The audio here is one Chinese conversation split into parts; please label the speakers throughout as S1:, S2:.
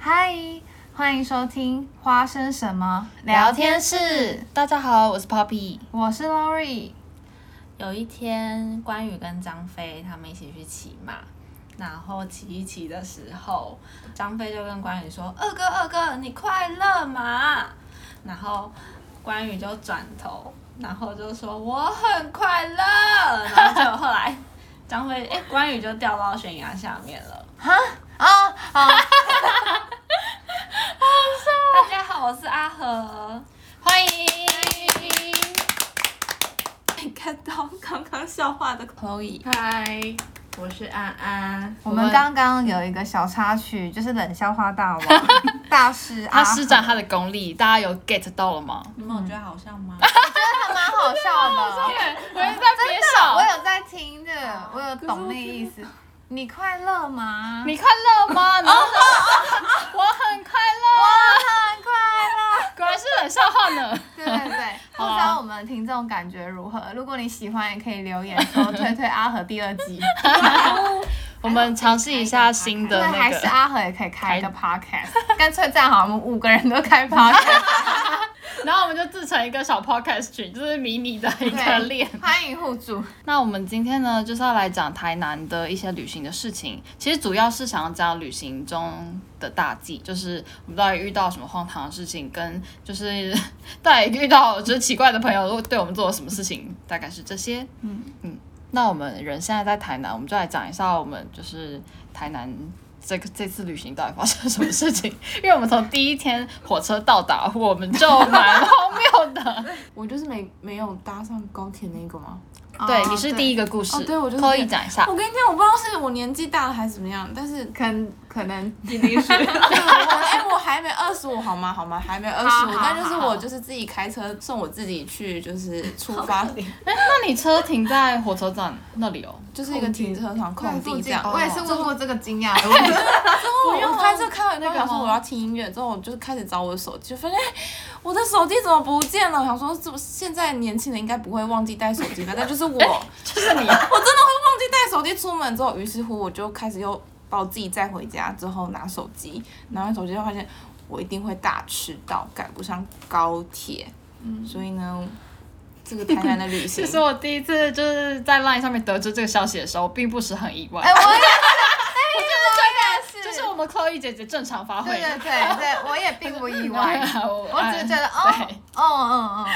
S1: 嗨，欢迎收听《花生什么
S2: 聊天室，大家好，我是 Poppy。》，
S1: 我是 Lori。
S2: 有一天，关羽跟张飞他们一起去骑马，然后骑一骑的时候，张飞就跟关羽说：“二哥，二哥，你快乐嘛？”然后关羽就转头，然后就说：“我很快乐。”然后就后来张飞哎、关羽就掉到悬崖下面了。
S1: 哈啊啊！
S2: 大家好，我是阿和。
S1: 欢迎
S2: 你看到 刚刚笑话的 Chloe，
S3: 嗨，
S2: 我是安安。
S1: 我们刚刚有一个小插曲，就是冷笑话 大王大师阿
S3: 他
S1: 和
S3: 施展他的功力，大家有 get 到了吗？
S2: 你们有觉得好笑吗？
S1: 真的蛮好笑的。
S3: 我也在憋
S1: 我有在听的，我有懂那意思。你快乐吗？
S3: 你快乐
S1: 哦
S3: 吗？然后说我很快乐，
S1: 很快乐。
S3: 果然是冷笑话呢。
S1: 对对对，不知道我们听众感觉如何？如果你喜欢，也可以留言 说推推阿和第二 季。
S3: 我们尝试一下新的
S1: 对，
S3: 那
S1: 还是
S3: 个，
S1: 阿和也可以开一个 podcast，干脆这样好，我们五个人都开 podcast，
S3: 然后我们就自成一个小 podcast 群，就是迷你的一个链。
S1: 欢迎互助。
S3: 那我们今天呢，就是要来讲台南的一些旅行的事情。其实主要是想要讲旅行中的大忌，就是我们到底遇到什么荒唐的事情，跟就是 到底遇到就是奇怪的朋友对我们做了什么事情，大概是这些。嗯嗯。那我们人现在在台南，我们就来讲一下我们就是台南。这个这次旅行到底发生了什么事情？ 因为我们从第一天火车到达，我们就蛮荒谬 的。
S4: 我就是没没有搭上高铁那个吗？
S3: 对，你是第一
S1: 一，
S3: 个故事，
S4: 哦对我就是
S3: 可以讲一下。
S4: 我跟你讲，我不知道是我年纪大了还是怎么样，但是
S1: 可能可能
S2: 一定是。
S4: 对我哎、我还没二十五，好吗？好吗？还没二
S1: 好
S4: 十五，
S1: 好
S4: 但就是
S1: 好
S4: 我就是自己开车送我自己去，就是出发，
S3: 哎、那你车停在火车站那里哦？
S4: 就是一个停车场空地这样。
S1: 我也是问过这个惊讶的问题，
S4: 之后我开车开完那
S3: 那个
S4: 个，说
S3: 吗
S4: 我要听音乐，之后我就开始找我的手机，就发现哎我的手机怎么不见了？我想说，是不是现在年轻人应该不会忘记带手机吧？但就是我，
S3: 就是你，
S4: 我真的会忘记带手机出门之后，于是乎我就开始又把我自己载回家之后拿手机，拿完手机就发现我一定会大迟到，赶不上高铁。嗯，所以呢，这个台南的旅行
S3: 其，实我第一次就是在 LINE 上面得知这个消息的时候，并不是很意外。
S1: 哎，我也是，哎，我
S3: 就
S1: 也
S3: 是我们 Chloe 姐姐正常发挥。哎
S1: 对对对对，我也并不意 外，
S3: 我哎
S1: 我只是觉得哦
S3: 对，
S1: 哦哦哦，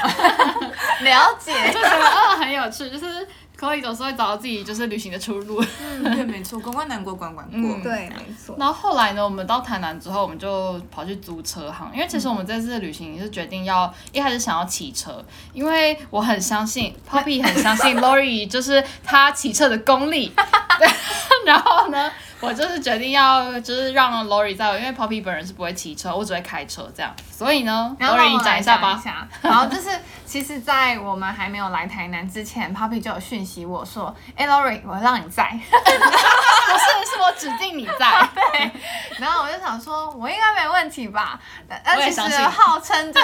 S1: 了解，
S3: 就觉得 哦很有趣，就是 Chloe 总是会找到自己就是旅行的出路。
S5: 嗯
S4: 对，没错，关关难过关关过。
S3: 嗯
S1: 对，没错，
S3: 然后后来呢，我们到台南之后，我们就跑去租车行，因为其实我们这次的旅行是决定要一开始想要骑车，因为我很相信 Poppy 很相信 Lori 就是他骑车的功力。对，然后呢，我就是决定要就是让 Lori 载我，因为 Poppy 本人是不会骑车，我只会开车这样。所以呢
S1: 然后让我
S3: ，Lori 你
S1: 来
S3: 讲
S1: 一
S3: 一下吧。
S1: 下。好，就是其实，在我们还没有来台南之前，Papi 就有讯息我说：“哎、l a u r i 我让你在。
S3: 不是，是 我指定你 在。”
S1: 然后我就想说，我应该没问题吧？但但
S3: 我也
S1: 其实
S3: 相信
S1: 号称着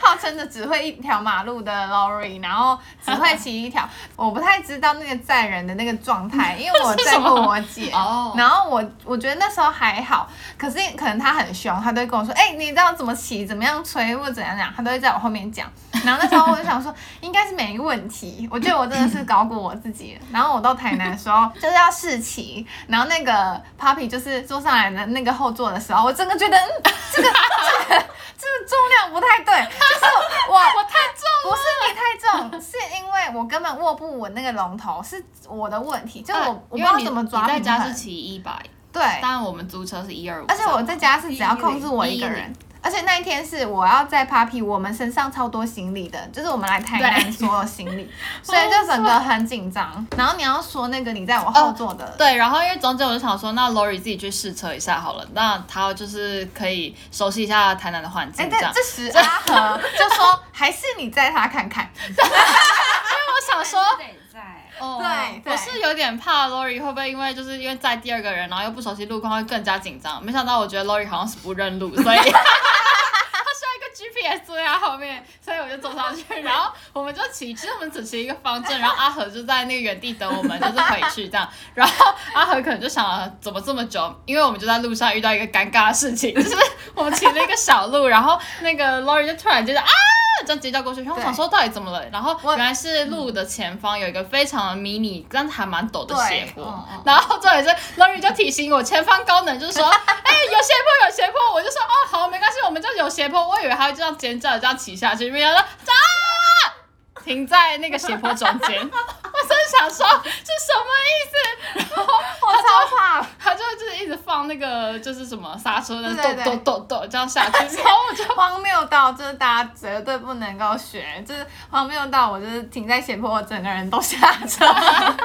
S1: 号称着只会一条马路的 l a u r i 然后只会骑一条，我不太知道那个载人的那个状态，因为我
S3: 是
S1: 载
S3: 什么
S1: 过我姐。
S3: 哦
S1: 然后我我觉得那时候还好，可是可能他很凶，他都会跟我说，哎、你知道怎么骑，怎么样吹，或者怎样怎样，他都会在我后面讲。然后那时候我就想说， 应该是没问题，我觉得我真的是搞过我自己了。然后我到台南的时候 就是要试骑，然后那个 Papi 就是坐上来的那个后座的时候，我真的觉得，嗯，这个这个这个重量不太对，就是我我太重，不是你太 重，是因为我根本握不稳那个龙头，是我的问题，就我、我不知
S3: 啊因为
S1: 道
S3: 你
S1: 怎么抓
S3: 你在
S1: 平
S3: 家是
S1: 衡。
S3: 骑一百，
S1: 对，
S3: 但我们租车是一二五。
S1: 而且我在家是只要控制我一个人。而且那一天是我要在 Papi，我们身上超多行李的，就是我们来台南
S3: 对
S1: 所有行 李，所以就整个很紧张。然后你要说那个你在我后座的，
S3: 对，然后因为中间我就想说，那 Lori 自己去试车一下好了，那他就是可以熟悉一下台南的环境
S1: 哎、
S3: 这
S1: 但
S3: 样。
S1: 这时阿和 就说还是你载他看看。
S3: 因为我想说，
S2: 得在。
S3: 哦，
S1: 对对
S3: 我是有点怕 Lori 会不会因为就是因为载第二个人，然后又不熟悉路况会更加紧张。没想到我觉得 Lori 好像是不认路，所以他需要一个也坐在他后面，所以我就坐上去，然后我们就骑，其实我们只骑一个方阵，然后阿和就在那个原地等我们，就是回去这样。然后阿和可能就想了怎么这么久，因为我们就在路上遇到一个尴尬的事情， 就是我们骑了一个小路，然后那个 Lori 就突然间就啊。这样直接叫过去，然后我想说到底怎么了，然后原来是路的前方有一个非常迷你，但是还蛮陡的斜
S1: 对
S3: 坡，
S1: 嗯嗯
S3: 然后重点是 Lori 就提醒我，前方高能就是 说，哎、有斜坡有斜坡，我就说哦好没关系，我们就有斜坡，我以为他会这样尖叫这样骑下去，没想到啊停在那个斜坡中 间，我真的想说是什么意思，
S1: 我超怕，
S3: 他就就是一直放那个就是什么刹车的
S1: 对对
S3: 抖抖
S1: 对
S3: 抖抖这样下去，然后我就
S1: 荒谬到就是大家绝对不能够学，就是荒谬到我就是停在斜坡，我整个人都下 车。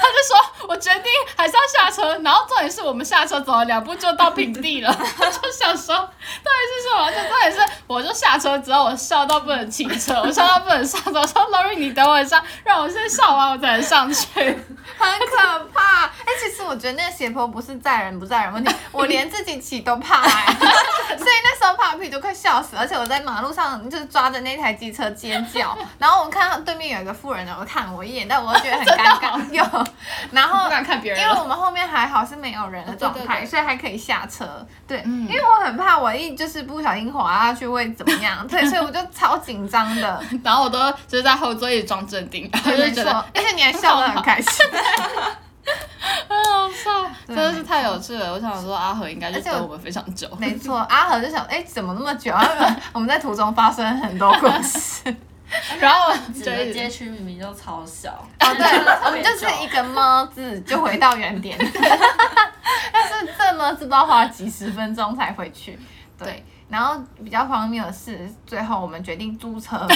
S3: 他就说：“我决定还是要下车。”然后重点是我们下车走了两步就到平 地了，我就想说到底是什么？就重点是我就下车之后，我笑到不能骑车，我笑到不能上车。我说：“Lori，你等我一下，让我先笑完我才能 上去。
S1: 很可怕。哎、其实我觉得那个斜坡不是载人不载人问 题，我连自己骑都怕、哎 所以那时候 Papi 就快笑死，而且我在马路上就是抓着那台机车尖叫，然后我看到对面有一个富人，然后看我一眼，但我又觉得很尴 尬， 有，然”
S3: 不
S1: 后。
S3: 敢看哦别
S1: 因
S3: 人
S1: 为
S3: 了。
S1: 我们后面还好是没有人的状态，
S3: 对对对
S1: 所以还可以下车。对，
S3: 嗯
S1: 因为我很怕我一就是不小心滑下去会怎么样，对，所以我就超紧张 的。
S3: 然后我都就是在后座一直装镇定， 然后就
S1: 没
S3: 觉
S1: 错
S3: 得，
S1: 而且你还笑得很开心。
S3: 哎好笑，
S1: 对
S3: 真的是太有趣了。我想说阿和应该就
S1: 而且我
S3: 等我们非常久。
S1: 没错，阿和就想，哎、怎么那么久？然后 我们在途中发生很多故事。
S3: 然后
S2: 整
S3: 就
S2: 个
S3: 一
S2: 街
S3: 直
S2: 区明明就超小，
S1: 哦， 对，我们就是一个么字就回到原 点，但是这么字不知道花了几十分钟才回去。对，
S3: 对
S1: 然后比较荒谬的是，最后我们决定租 车，
S3: 而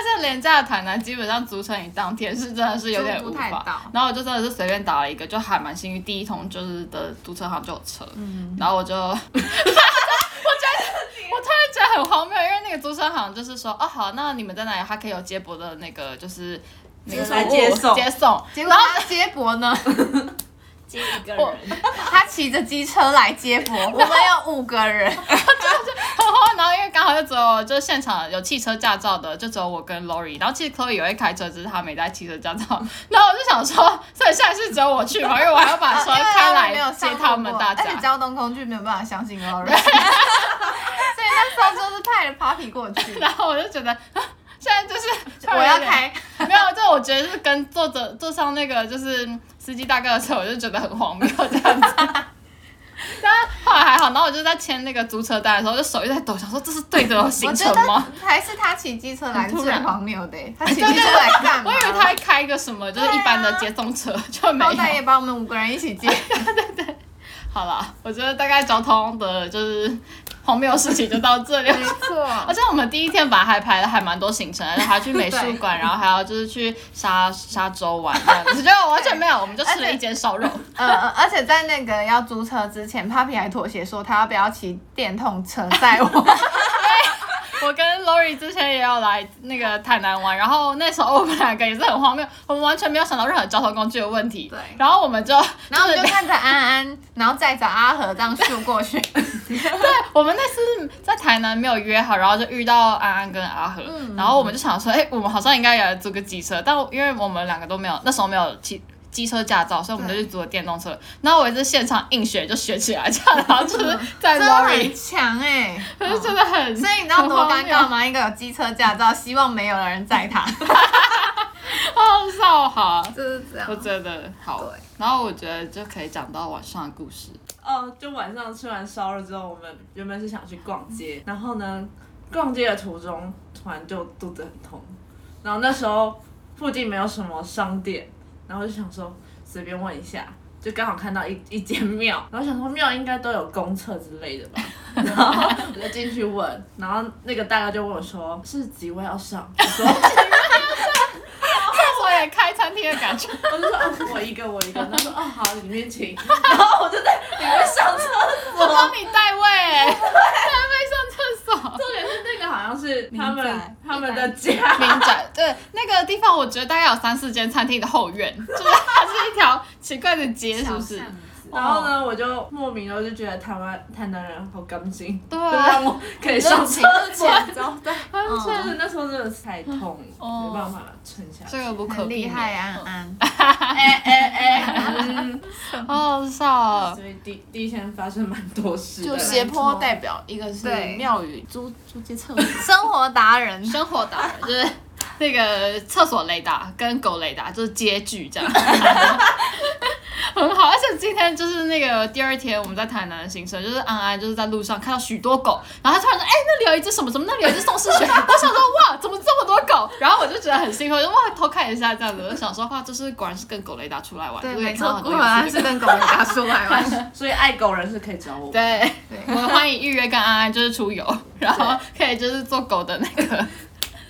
S3: 且廉价的台南基本上租车你当天是真的是有点
S1: 租
S3: 无
S1: 不太
S3: 法
S1: 到，
S3: 然后我就真的是随便打了一个，就还蛮幸运，第一通就是的租车行就有车，
S1: 嗯
S3: 然后 我就。我觉得我突然觉得很荒谬，因为那个租车行就是说，哦好，那你们在哪里？他可以有接驳的那个，就是那个
S2: 就是来
S3: 服务
S2: 接送
S3: 接送。
S1: 结果他接驳 呢，
S2: 接一个
S3: 我
S2: 人。
S1: 他骑着机车来接 驳，我们有五个 人，
S3: 然后，然后因为刚好就只有就是现场有汽车驾照的，就只有我跟 Lori。然后其实 Chloe 也会开车，只是她没带汽车驾照。然后我就想说，所以现在是只有我去嘛，因为我还要把车
S1: 因为
S3: 开
S1: 啊他们没有
S3: 来接
S1: 上
S3: 他
S1: 路
S3: 们
S1: 过
S3: 大家
S1: 而。且交通工具没有办法相信 Lori，所以 那时候就是派了 Papi 过去，
S3: 然后我就觉得，啊现在就是
S1: 我要，开。
S3: 没有，就我觉得是跟坐着坐上那个就是司机大哥的车，我就觉得很荒谬这样子。但后来还好，然后我就在签那个租车单的时候，就手一直在抖，想说这是对的
S1: 我
S3: 行
S1: 觉
S3: 程吗？
S1: 得还是他骑机车来是
S3: 很突
S1: 最
S3: 然哎
S1: 荒谬的欸、他骑机车来干
S3: 我
S1: 嘛？
S3: 以为他会开一个什么，就是一般的接送车，就没
S1: 啊好歹
S3: 有。
S1: 也把我们五个人一起接。
S3: 好了，我觉得大概交通的就是荒谬的事情就到 这里。而
S1: 错，
S3: 且我们第一天本来还排了还蛮多行程，还去美术馆，然后还要就是去沙沙洲玩这样子，结果完全没有，我们就吃了一间烧 肉。
S1: 呃，呃而且在那个要租车之前，Papi 还妥协说他要不要骑电动车载 我。
S3: 我跟 Lori 之前也有来那个台南玩，然后那时候我们两个也是很荒谬，我们完全没有想到任何交通工具的问题。
S1: 对
S3: 然后我们就，
S1: 然后我
S3: 就
S1: 就是看着安安，然后再找阿和这样秀过 去。
S3: 我们那次在台南没有约好，然后就遇到安安跟阿和，
S1: 嗯
S3: 然后我们就想说，哎、我们好像应该也来租个机车，但因为我们两个都没有，那时候没有骑。机车驾照，所以我们就去租了电动
S1: 嗯
S3: 车。然后我也是现场硬学，就学起来这样，然后就是 在
S1: 真的
S3: Lori，
S1: 很强哎、
S3: 可是真的很，
S1: 所以你知道多尴
S3: 很荒
S1: 尬吗？一个有机车驾照，希望没有人载 他，
S3: 谬？好笑哈，
S1: 就是这样
S3: 我觉得好
S1: 对。
S3: 然后我觉得就可以讲到晚上的 故事。
S2: 哦，就晚上吃完烧肉之后，我们原本是想去逛街，然后呢，逛街的途中突然就肚子很痛，然后那时候附近没有什么商店，然后就想说随便问一下，就刚好看到一一间庙，然后想说庙应该都有公厕之类的吧，然后我就进去问，然后那个大哥就问我说是几位要上，我说
S3: 我也开餐厅的感觉，
S2: 我就说哦我一个我一个，他说哦好里面请，然后我就在里面上厕
S3: 我帮你代位， 代位上厕所。
S2: 重点是那个好像是他
S4: 民
S2: 们
S4: 宅
S2: 他们的 家，
S3: 民宅，对，那个地方我觉得大概有三四间餐厅的后院，就是它是一条奇怪的街，是不是？
S1: 死。
S5: 然后呢，我就莫名的就觉得台湾台南人好刚性，
S1: 对
S5: 就
S1: 啊，
S5: 让我可以上车
S4: 这样子哦，对，
S1: 嗯
S5: 就是那时候真的是太痛，
S3: 哦
S5: 没办法撑下去
S3: 这。个不可
S1: 很
S3: 避
S1: 厉害
S3: 免，
S1: 啊，安
S5: 哎哎哎，
S3: 好好笑哦。
S5: 所以第第一天发生蛮多事
S4: 就
S5: 的，
S4: 斜坡代表一个是
S1: 对
S4: 庙宇租租借厕
S1: 安，生活达人，
S3: 生活达人就是那个厕所雷达跟狗雷达，就是接 剧这样，很好。而且今天就是那个第二天我们在台南的行程，就是安安就是在路上看到许多狗，然后他突然说：“哎、那里有一只什么什么，那里有一只宋世学。”我想说：“哇，怎么这么多狗？”然后我就觉得很兴奋，我就哇偷看一下这样子，我就想说：“哇，就是果然是跟狗雷达出来玩，
S1: 对，
S3: 就是可以
S1: 没
S3: 看到
S1: 错，
S3: 很多
S1: 果
S3: 有趣
S1: 然
S3: 的狗
S1: 是跟狗们打出来 玩。
S5: 所以爱狗人是可以找我。
S3: 对，
S1: 对
S3: 我们欢迎预约跟安安就是出游，然后可以就是做狗的那个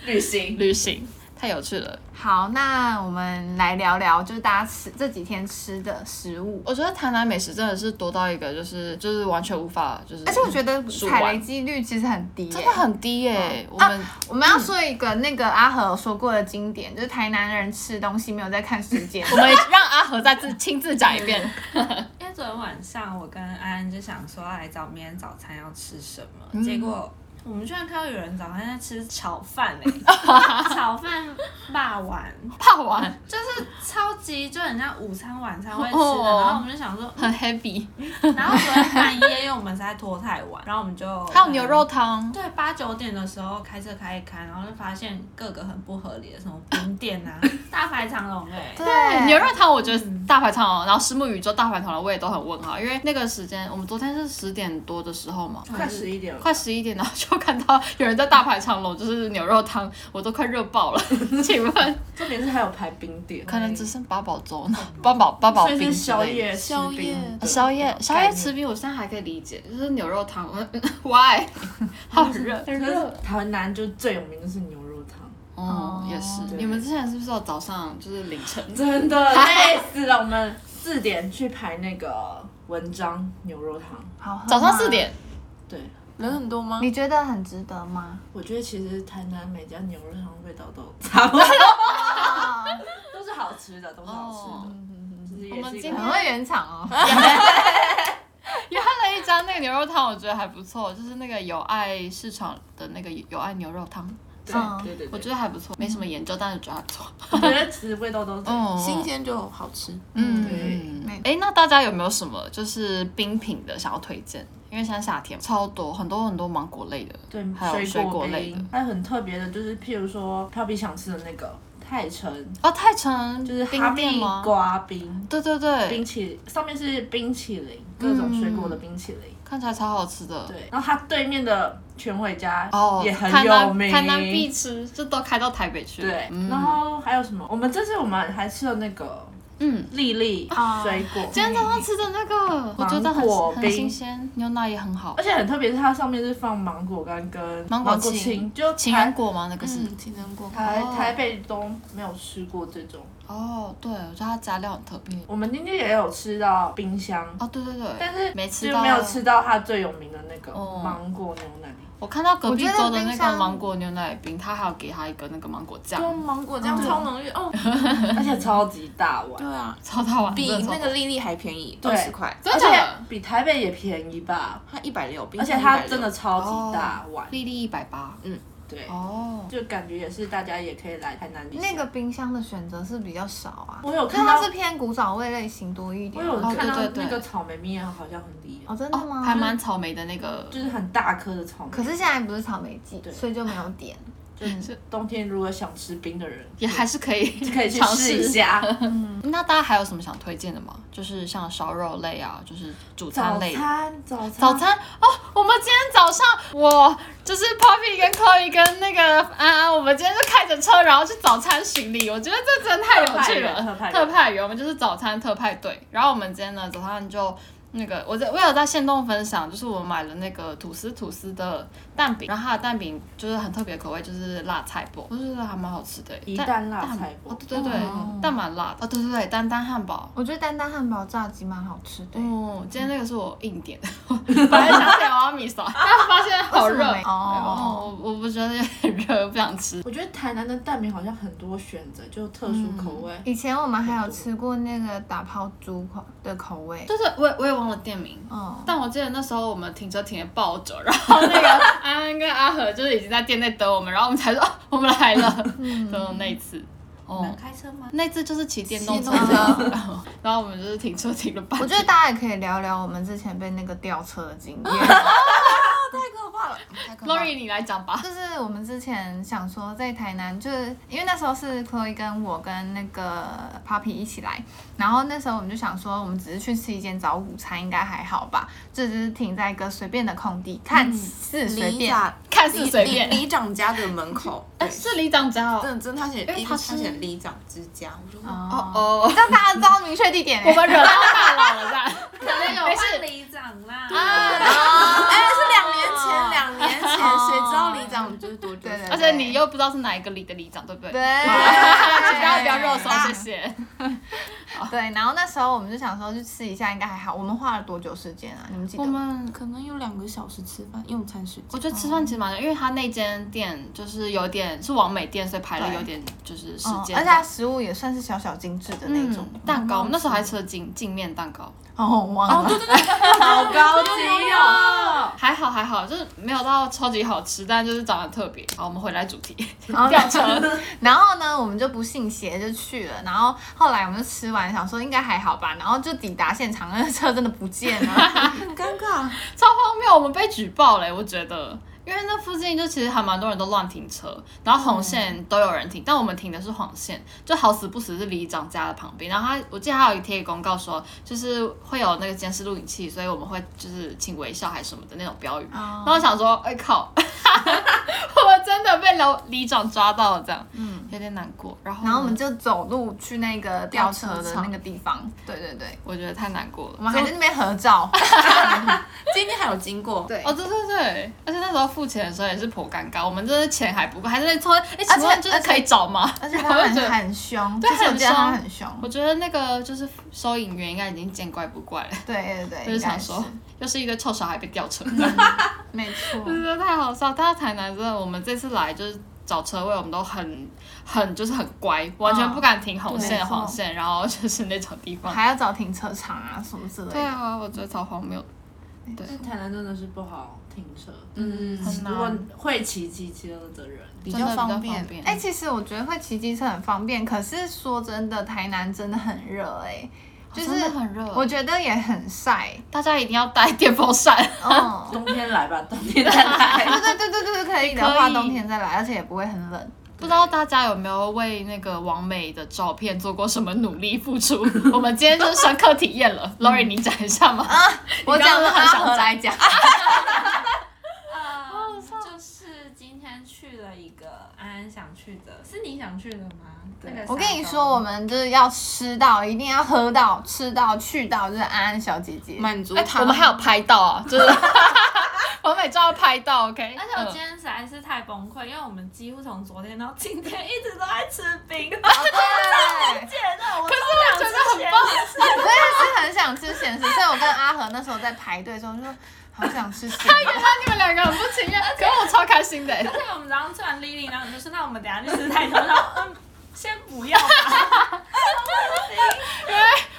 S5: 旅行，
S3: 旅行，太有趣了。
S1: 好，那我们来聊聊，就是大家吃这几天吃的食物。
S3: 我觉得台南美食真的是多到一个，就是就是完全无法，就是
S1: 而且我觉得
S3: 嗯数
S1: 踩雷
S3: 完
S1: 几率其实很低、耶
S3: 真的很低耶、我们、
S1: 我们要说一个那个阿和说过的经典，就是台南人吃东西没有在看时间。
S3: 我们让阿和再自亲自讲一遍，
S5: 因为昨天晚上我跟安安就想说要来找明天早餐要吃什么，
S3: 嗯
S5: 结果我们居然看到有人早餐在吃炒饭哎、炒饭霸碗，
S3: 怕完
S5: 就是超级就很像午餐晚餐会吃的，
S3: 哦
S5: 然后我们就想说， 嗯
S3: 很 heavy，
S5: 然后昨天半夜因为我们实在拖太晚，然后我们就
S3: 还有牛肉。汤，
S5: 对，八九点的时候开车开一开，然后就发现各个很不合理的，什么冰店 啊、大排长龙哎、
S1: 对
S3: 牛肉汤，我觉得大排长龙，然后石木宇宙大排长龙我也都很问号，因为那个时间我们昨天是十点多的时候嘛，
S5: 快十一点了，
S3: 快十一点，然后就看到有人在大排长龙，就是牛肉汤，我都快热爆了。 请问，
S5: 重点是还有排冰店，
S3: 可能只剩八宝粥呢？八宝八宝
S5: 所以
S3: 冰
S5: 是
S3: 之类的
S5: 宵夜吃
S4: 宵
S5: 冰
S4: 夜
S3: 啊
S5: 的
S3: 宵夜
S5: 概
S3: 宵夜
S5: 念
S3: 吃冰，我现在还可以理解，就是牛肉汤 嗯嗯，why？好热，很
S5: 可是。台南就最有名的是牛肉汤，
S3: 哦，啊也是。
S5: 对
S3: 你们之前是不是有早上就是凌晨？
S5: 真 的累死了。我们四点去排那个文章牛肉汤，
S1: 好喝吗
S3: 早上四，点，
S5: 对
S4: 人很多吗？
S1: 你觉得很值得 吗？
S5: 我觉得其实台南每家牛肉汤味道都差不多， 都是好吃的，都是好吃的。其实也是一个
S3: 我们今
S1: 很
S3: 天
S1: 会圆场哦。
S3: 嗯也喝了一家那个牛肉汤，我觉得还不错，就是那个友爱市场的那个友爱牛肉汤，
S1: 嗯
S5: 对对对，
S3: 我觉得还不错，没什么研究，但是觉得还不错。
S5: 我觉得其实味道都是
S3: 嗯，
S4: 新鲜就好吃。
S3: 嗯，哎、那大家有没有什么就是冰品的想要推荐？因为现在夏天超多，很多很多芒果类的，
S5: 对
S3: 还有水果
S5: 果
S3: 类的
S5: 冰，还有很特别的，就是譬如说飘比想吃的那个泰城，
S3: 哦，太城
S5: 就是哈
S3: 冰店
S5: 密
S3: 吗？
S5: 瓜冰。
S3: 对对对，嗯
S5: 冰淇上面是冰淇淋，各种水果的冰淇淋。
S3: 看起来超好吃的。
S5: 对，然后它对面的全伟家
S3: 哦，
S5: 也很
S3: 台
S5: 有
S3: 南
S5: 名。
S3: 台南必吃，就都开到台北去了。
S5: 对，
S3: 嗯
S5: 然后还有什么？我们这次我们还吃了那个
S3: 嗯，
S5: 丽丽
S1: 哦
S5: 水果，
S3: 今天早上吃的那个，我觉得
S5: 芒果
S3: 很很
S5: 冰
S3: 新鲜，牛奶也很好
S5: 而。且很特别，是它上面是放芒果干跟
S3: 芒果
S5: 果
S3: 青
S5: 青，就
S3: 情人
S5: 台
S3: 果吗？那个是？
S4: 嗯，情人果
S5: 台
S3: 哦
S5: 台北都没有吃过这种。
S3: 哦，对，我觉得它加料很特别。
S5: 我们今天也有吃到冰箱，
S3: 哦，对对对，
S5: 但是
S3: 没吃
S5: 就
S3: 到啊
S5: 没有吃到它最有名的那个
S3: 哦
S5: 芒果牛 奶。
S3: 我看到隔壁
S1: 我觉得
S3: 桌的那
S1: 冰
S3: 个
S1: 箱
S3: 芒果牛奶冰，他还有给他一个那个芒果酱，
S4: 就芒果酱超浓郁
S5: 嗯
S4: 哦。
S5: 而且超级大碗
S4: 对，啊，
S3: 超大碗，
S4: 比
S3: 真
S2: 嗯
S3: 的超
S4: 那
S3: 大
S4: 个丽丽还便宜，
S5: 对
S4: 二十块，
S3: 真的假的？
S5: 比台北也便宜吧，
S4: 它一百六，
S5: 而且它真的超级大碗，
S3: 粒哦粒一百八，
S5: 对，
S3: 哦，
S5: 就感觉也是大家也可以来台南旅行。
S1: 那个冰箱的选择是比较少啊，
S5: 我有
S1: 那
S5: 看到
S1: 它，是偏古早味类型多一
S5: 我
S1: 点
S5: 有
S1: 吗。
S3: 哦
S5: 看到
S3: 对对对
S5: 那个草莓面好像很厉害，
S1: 哦，真的
S3: 哦
S1: 吗？，
S3: 还蛮草莓的那个，
S5: 就是很大颗的草莓。
S1: 可是现在不是草莓季
S5: 对，
S1: 所以就没有点。
S5: 就是冬天如果想吃冰的人，
S3: 也还是可以
S5: 就可以去
S3: 尝
S5: 试
S3: 试
S5: 一。下。
S3: 那大家还有什么想推荐的吗？就是像烧肉类啊，就是主餐
S5: 早
S3: 类。
S5: 餐，啊早餐，
S3: 早餐哦，我们今天早上我就是 Poppy 跟 Chloe 跟那个安安，我们今天就开着车，然后去早餐巡礼，我觉得这真的太有趣了。
S5: 特派员特派员
S3: 特派员，我们就是早餐特派队。然后我们今天呢，早上就那个我在我有在线动分享，就是我买了那个吐司吐司的蛋饼，然后它的蛋饼就是很特别的口味，就是辣菜脯，我就觉得还蛮好吃的。欸
S5: 一
S3: 但
S5: 蛋辣菜脯
S3: 哦对对对，
S5: 嗯
S3: 但蛮辣的。哦对对对，丹丹汉堡。
S1: 我觉得丹丹汉堡炸鸡蛮好吃的。
S3: 哦，今天那个是我硬点，本来想起来我要米烧，但发现好热
S1: 为什
S3: 哎
S1: 么没哦，
S3: 哦，我我不觉得有点热，不想吃。
S5: 我觉得台南的蛋饼好像很多选择，就特殊口味。
S1: 以前我们还有吃过那个打抛猪口的口味，
S3: 就是我也我也忘了店名，
S1: 嗯，
S3: 但我记得那时候我们停车停的爆久，然后那个安安跟阿和就是已经在店内等我们，然后我们才说、哦、我们来了， 就那一次。哦
S5: 能，开车吗？
S3: 那次就是骑电动车，
S1: 骑电动
S3: 然后然后我们就是停车停了半
S1: 我
S3: 天。
S1: 觉得大家也可以聊聊我们之前被那个吊车的经 验。
S4: 太可怕了，太可怕
S3: l
S4: 了
S3: o r i 你来讲吧。
S1: 就是我们之前想说在台南，就是因为那时候是 Chloe 跟我跟那个 Poppy 一起来，然后那时候我们就想说，我们只是去吃一间早午餐，应该还好吧？就只是停在一个随便的空地，看
S3: 嗯
S1: 似随
S4: 李
S1: 便，
S4: 长，
S3: 看似随便
S4: 李李长家的门口，
S3: 哎，是李长家哦。
S4: 真的真的，他写
S3: 因为
S4: 一
S3: 他
S4: 他
S3: 是
S4: 写李长之家，我就问
S1: 哦，
S3: 哦，
S1: 让大家知道明确地 点、欸。
S3: 我们惹到大佬了，这样。
S2: 可能有
S3: 没事
S2: 换里长啦。
S4: 哎，是两年前，两年前，
S3: 哦
S4: 谁知道李长就是多久
S1: 对？对
S3: 而且你又不知道是哪一个里的里长，对不对？
S1: 对，
S3: 请大家不要肉
S1: 对
S3: 松，谢谢。
S1: 对，然后那时候我们就想说去吃一下，应该还好。我们花了多久时间啊？你们记得
S3: 我
S1: 吗？
S3: 们
S4: 嗯可能有两个小时吃饭用餐时
S3: 我
S4: 间，
S3: 觉得吃饭其实蛮难，因为他那间店就是有点是完美店，所以排了有点就是时
S1: 嗯
S3: 间、
S1: 而且它食物也算是小小精致的那种。
S3: 嗯蛋糕，我们那时候还吃了镜镜面蛋糕，
S1: 哦，我忘了。哦，对对对，
S4: 好高级哦！
S3: 还好还好，就是没有到超级好吃，但就是长得特别。好，我们回来主题，
S1: 吊车。然后呢，我们就不信邪就去了。然后后来我们就吃完，想说应该还好吧。然后就抵达现场，那个车真的不见 了。
S4: 很尴尬，
S3: 超荒谬，我们被举报嘞、我觉得。因为那附近就其实还蛮多人都乱停车，然后红线
S1: 嗯
S3: 都有人停，但我们停的是黄线，就好死不死是里长家的旁边。然后他我记得他有贴公告说，就是会有那个监视录影器，所以我们会就是请微笑还是什么的那种标语。
S1: 哦
S3: 然后我想说，哎、靠， 我们真的被楼里长抓到了，这样，嗯，有点难过。然后呢，
S1: 然后我们就走路去那个吊车的那个地方。对对对，
S3: 我觉得太难过了。
S1: 我们还在那边合 照。
S4: 今天还有经过，
S1: 对
S3: 哦，对对对，而且那时候付钱的时候也是颇尴尬，我们真的钱还不够，还在那凑，哎，请
S1: 而且
S3: 问就是可以找吗？
S1: 而且
S3: 然
S1: 他
S3: 后我就觉
S1: 很
S3: 得，
S1: 很凶，
S3: 对
S1: 就是我觉得他
S3: 很凶
S1: 很凶。
S3: 我觉得那个就是收银员应该已经见怪不怪了，
S1: 对对对，
S3: 就是
S1: 应该
S3: 想说
S1: 是
S3: 又是一堆臭小孩被吊车，
S1: 没 错。
S3: 真的太好笑。但是台南真的，我们这次来就是。找车位，我们都很很就是很乖，完全不敢停红线、
S1: 哦对
S3: 黄线，然后就是那种地方。
S1: 还要找停车场啊什么之类
S3: 对
S1: 的。
S3: 啊，我觉得超荒谬的。
S5: 但台南真的是不好停车，
S3: 嗯，很
S5: 如果
S3: 难，
S5: 会骑机车的人，
S4: 比
S3: 真的
S4: 较
S3: 比较
S4: 方
S3: 方
S4: 便。
S3: 便。
S1: 哎、其实我觉得会骑机车很方便，可是说真的，台南真的很热哎、就是
S3: 真的很热
S1: 我觉得也很 晒。
S3: 大家一定要带电风扇。
S1: 嗯，
S5: 冬天来吧，冬天再来。
S1: 对对对对对，可以的
S3: 可以
S1: 话，冬天再来，而且也不会很冷。
S3: 不知道大家有没有为那个王美的照片做过什么努力 付出？我们今天就是深刻体验了。Lori，你讲一下吗？
S1: 啊我讲
S3: 刚
S1: 的
S3: 刚
S1: 阿
S3: 很想
S1: 和来讲，
S4: 哎
S1: 啊
S2: 呃，就是今天去了一个安安想去的，是你想去的吗？那个
S1: 我跟你
S2: 山东
S1: 说，我们就是要吃到，一定要喝到，吃到去到，就是安安小姐姐。
S4: 满足
S3: 哎、
S4: 他，
S3: 我们还有拍到 啊，就是完美照拍到，OK。嗯
S2: 而且我今天实在是太崩溃，因为我们几乎从昨天到今天一直都在吃冰糖，
S1: 对，
S2: 姐的，我超想吃甜的。
S1: 我也是很想吃咸食，所以我跟阿和那时候在排队的时候就说，好想吃咸的。
S3: 看到你们两个很不情愿，可是我超开心的、
S2: 而且我们早上吃完 Lily，然后你就说那我们等一下去吃太多，然后嗯，先不要吧。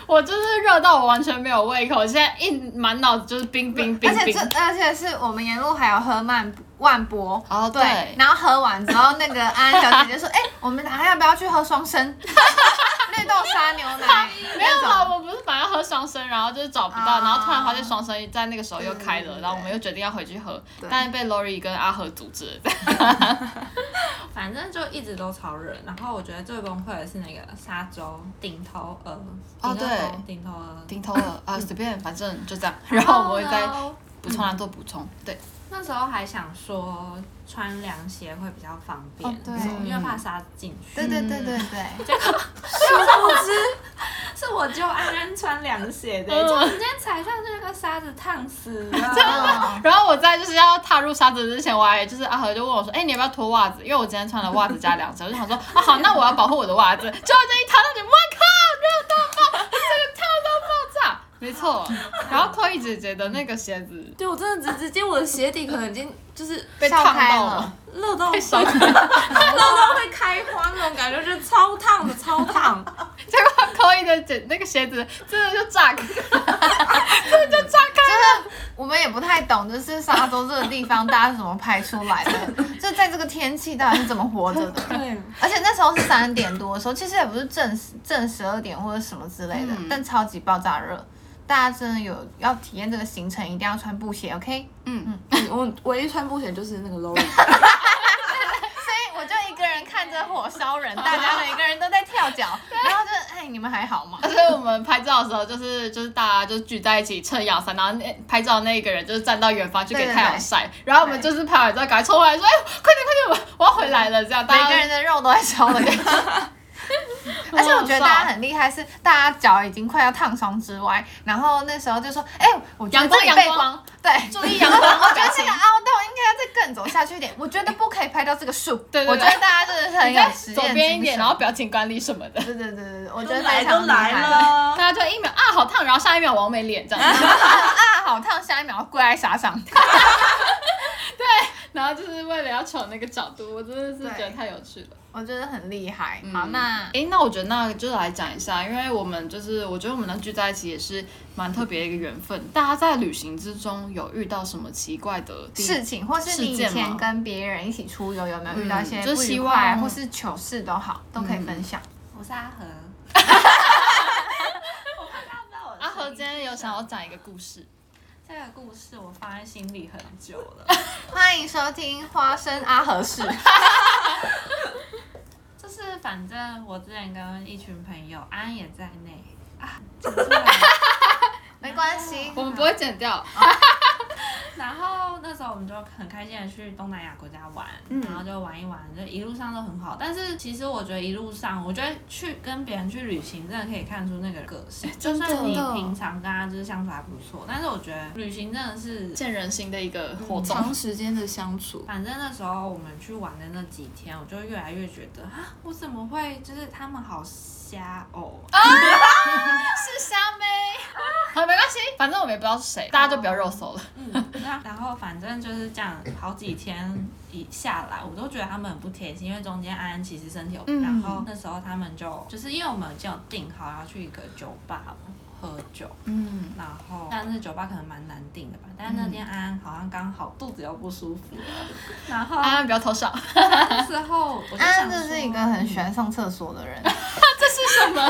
S3: 我就是热到我完全没有胃口，现在一满脑子就是冰冰冰
S1: 而且
S3: 冰
S1: 这，而且是我们沿路还有喝曼万博
S3: 哦
S1: 对
S3: 对
S1: 然后喝完之后，那个安安小姐姐说：“ 哎、我们等下要不要去喝双生 绿豆沙牛 奶？”
S3: 没有
S1: 那
S3: 啦，
S1: 种
S3: 我不是本来要喝双生，然后就是找不到，
S1: 啊
S3: 然后突然发现双生在那个时候又开
S1: 对对
S3: 了，
S1: 对
S3: 然后我们又决定要回去喝
S1: 对，
S3: 但是被 Lori 跟阿和阻止了。
S2: 反正就一直都超热，然后我觉得最崩溃的是那个沙洲顶头鹅，
S3: 哦
S2: 顶头
S3: 对
S2: 鹅顶头鹅。
S3: 顶头了 啊，随便，反正就这样。然后我会再
S2: 呢
S3: 补充来做补充。对，
S2: 那时候还想说穿凉鞋会比较方便，
S1: 哦对
S2: 因为怕沙进去。
S1: 对对对对对，
S2: 结果殊不知 是我就安安穿凉鞋的、
S3: 嗯
S2: 就直接踩上去那个沙子烫死 了。
S1: 嗯
S3: 然后我在就是要踏入沙子之前，我还 就是阿和就问我说：“哎、你要不要脱袜子？”因为我今天穿了袜子加 凉鞋，我就想说：“啊好，那我要保护我的袜子。”结果这一踏上去，我靠，热到爆， 这个烫到爆炸，没错。然后 Chloe 姐姐的那个鞋子
S5: 对我真的直直接我的鞋底可能已经就是
S3: 被
S1: 笑
S3: 烫
S1: 开
S3: 到
S1: 了，
S5: 热到
S3: 被烧开。
S5: 热到会开花那种感觉，就是超烫的，超烫。
S3: 结果 Chloe 的姐那个鞋子真的就炸开，真的就炸开。
S1: 我们也不太懂，就是沙洲这个地方大家是怎么拍出来 的，就在这个天气到底是怎么活着的。
S4: 对，
S1: 而且那时候是三点多的时候，其实也不是正正十二点或者什么之类的，
S3: 嗯
S1: 但超级爆炸热。大家真的有要体验这个行程，一定要穿布鞋，OK？
S4: 嗯我唯一穿布鞋就是那个 low，
S1: 所哎以我就一个人看着火烧人，大家每个人都在跳 脚，
S3: 啊
S1: 然后就哎，你们还好吗？
S3: 而且啊我们拍照的时候，就是就是大家就聚在一起撑阳伞，然后那拍照那一个人就是站到远方去给太阳晒，然后我们就是拍完之后赶快冲回来说：“哎，快点快点，我我要回来了！”这样大
S1: 每
S3: 家
S1: 个人的肉都在烧的感 觉。而且我
S3: 嗯
S1: 觉得大家很厉害，是大家脚已经快要烫伤之外，然后那时候就说：“哎、我觉得
S3: 阳光
S1: 这里背
S3: 阳光
S1: 光，对，
S3: 注意阳 光
S1: 我觉
S3: 感
S1: 得
S3: 情
S1: 这个凹洞应该要再更走下去一点，我觉得不可以拍到这个树。
S3: 对对对
S1: 我觉得大家真的很
S3: 你
S1: 有
S3: 在
S1: 实
S3: 左
S1: 验
S3: 边一
S1: 精
S3: 点，
S1: 神
S3: 然后表情管理什么的，
S1: 对对对对对，我觉
S5: 都
S1: 得
S5: 来
S1: 非
S5: 都
S1: 常厉害
S5: 来。了，
S3: 大家就一秒啊好烫，然后下一秒往美脸这样，
S1: 啊，好烫！下一秒跪在沙上。
S3: 然后就是为了要瞅那个角度，我真的是觉
S1: 对
S3: 得太有趣了。
S1: 我觉得很厉害。好，那
S3: 哎，那我觉得那就是来讲一下，因为我们就是我觉得我们能聚在一起也是蛮特别的一个缘分。大家在旅行之中有遇到什么奇怪的地
S1: 事情，或是你以
S3: 事件吗
S1: 前跟别人一起出游，有没有遇到一些
S3: 嗯就
S1: 不
S3: 希
S1: 愉
S3: 望
S1: 快，或是糗事都好，都可以分享。
S2: 我是阿 和。我怕大家不知道我的
S3: 阿和
S2: 声音
S3: 今天有想要讲一个故事，
S2: 这个故事，我放在心里很久 了。
S1: 欢迎收听花生阿和事。
S2: 就是反正我之前跟一群朋友，安安也在内 啊，讲出来了
S1: 没关系，
S3: 我们不会剪掉。
S2: 然后那时候我们就很开心的去东南亚国家玩，然后就玩一玩，就一路上都很好。但是其实我觉得一路上，我觉得去跟别人去旅行，真的可以看出那个人个性。就算你平常跟他就是相处还不错，但是我觉得旅行真的是。
S3: 见人心的一个活动。
S4: 长时间的相处，
S2: 反正那时候我们去玩的那几天，我就越来越觉得啊，我怎么会就是他们好瞎哦，
S3: 是虾妹， 好，没关系，反正我们也不知道是谁，大家就不要肉搜了。
S2: 嗯， 那然后反正就是这样，好几天以下来，我都觉得他们很不贴心，因为中间安安其实身体有
S1: 嗯
S2: 病，然后那时候他们就就是因为我们已经有订好要去一个酒吧喝酒，
S3: 嗯，
S2: 然后但是酒吧可能蛮难订的吧，但是那天安安好像刚好肚子又不舒服了， 然后
S3: 安安不要偷笑，
S2: 那时候我就
S1: 嗯安
S2: 想
S1: 安就是一个
S2: 说
S1: 很喜欢上厕所的人，
S3: 这是什么？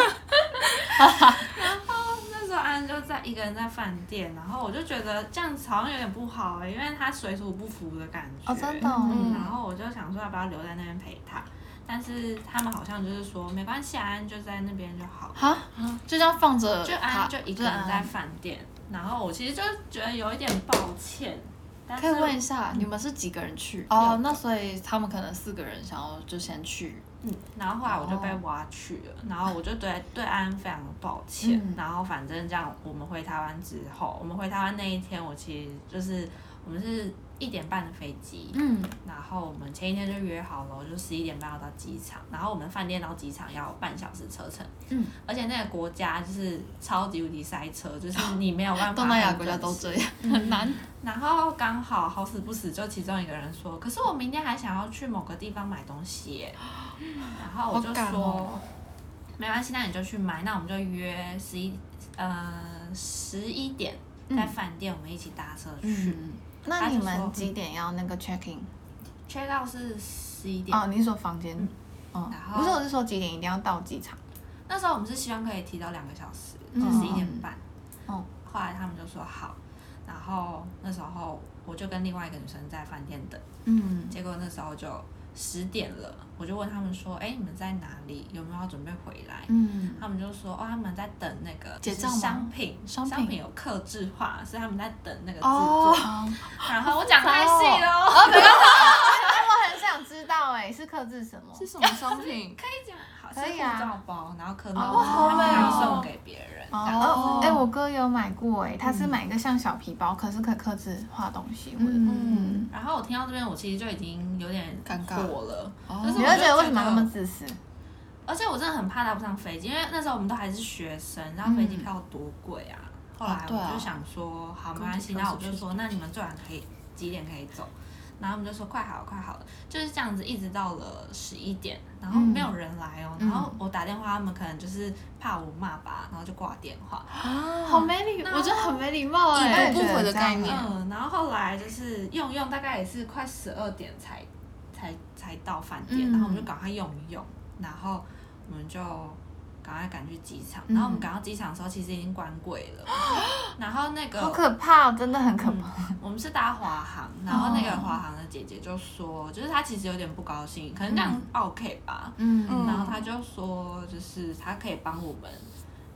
S2: 那时候安就在一个人在饭店，然后我就觉得这样子好像有点不好、欸，因为他水土不服的感觉。
S1: 哦真的哦
S2: 嗯，然后我就想说要不要留在那边陪他，但是他们好像就是说没关系，啊安就在那边就好。
S3: 哈，就这样放着
S2: 就
S3: 他
S2: 安就一个人在。饭店，然后我其实就觉得有一点抱歉，但
S3: 可以
S2: 是
S3: 问一下，你们是几个人去？啊哦，那所以他们可能四个人想要就先去。
S2: 嗯，然后后来我就被
S3: 哦
S2: 挖去了，然后我就对对安非常的抱歉。
S3: 嗯
S2: 然后反正这样，我们回台湾之后，我们回台湾那一天，我其实就是我们是一点半的飞机，
S3: 嗯，
S2: 然后我们前一天就约好了，我就十一点半要到机场，然后我们饭店到机场要半小时车程，
S3: 嗯，
S2: 而且那个国家就是超级无敌塞车，就是你没有办法。
S3: 东南亚国家都这样，很难。
S2: 然后刚好好死不死，就其中一个人说：“可是我明天还想要去某个地方买东西耶。” 然后我就
S3: 好赶
S2: 说：“
S3: 哦
S2: 没关系，那你就去买。那我们就约十一呃十一点在饭店，我们一起搭车去。
S3: 嗯，
S1: 那你们几点要那个 check in？
S2: check out 是十一点。
S1: 哦，你是说房间？哦
S2: 然，后
S1: 不是，我是说几点一定要到机场？
S2: 那时候我们是希望可以提早两个小时，
S1: 嗯
S2: 就十一点半。
S3: 哦
S1: 嗯
S2: 后来他们就说好，然后那时候我就跟另外一个女生在饭店等。
S3: 嗯，
S2: 结果那时候就十点了，我就问他们说：“哎、你们在哪里？有没有要准备回来？”
S3: 嗯，
S2: 他们就说：“哦，他们在等那个
S3: 结
S2: 就是
S3: 账吗
S2: 商品，
S3: 商品
S2: 有克制化，所以他们在等那个制作。
S3: 哦
S2: 然后我讲太细了哦，
S1: 哎，我很想知道，哎，是克制什么？
S4: 是什么商品？
S2: 可以讲好，
S1: 可以啊
S2: 是护照包，然后刻
S1: 哦好
S2: 到
S1: 美
S2: 然后
S1: 哦
S2: 送给别人。这样
S1: 哦，哎、我哥有买过哎、他是买一个像小皮包，可是可以刻字画东西。嗯，
S3: 嗯，
S2: 然后我听到这边，我其实就已经有点
S3: 尴尬
S2: 火了，
S3: 哦
S2: 就是
S1: 你
S2: 我
S1: 就
S2: 就
S1: 觉 得为什么那么自私？
S2: 而且我真的很怕搭不上飞机，因为那时候我们都还是学生，然后飞机票多贵啊。后来
S3: 对啊
S2: 我就想说，好，没关系，
S3: 公
S2: 那
S3: 司
S2: 我就说，那你们最晚可以几点可以走？然后我们就说快好了，快好了，就是这样子，一直到了十一点，然后没有人来哦。然后我打电话，他们可能就是怕我骂吧，然后就挂电话。
S1: 好没礼，我觉得很没礼貌哎、
S4: 已读不回的概念
S2: 嗯，然后后来就是用用，大概也是快十二点才才才到饭店，
S1: 嗯
S2: 然后我们就赶快用一用，然后我们就赶快赶去机场，
S1: 嗯
S2: 然后我们赶到机场的时候，其实已经关柜 了，然后那个
S1: 好可怕、哦，真的很可怕。
S2: 我们是搭华航，然后那
S1: 哦
S2: 个华航的姐姐就说，就是她其实有点不高兴，可能这样 OK 吧，
S1: 嗯
S4: 嗯
S2: 然后她就说，就是她可以帮我们。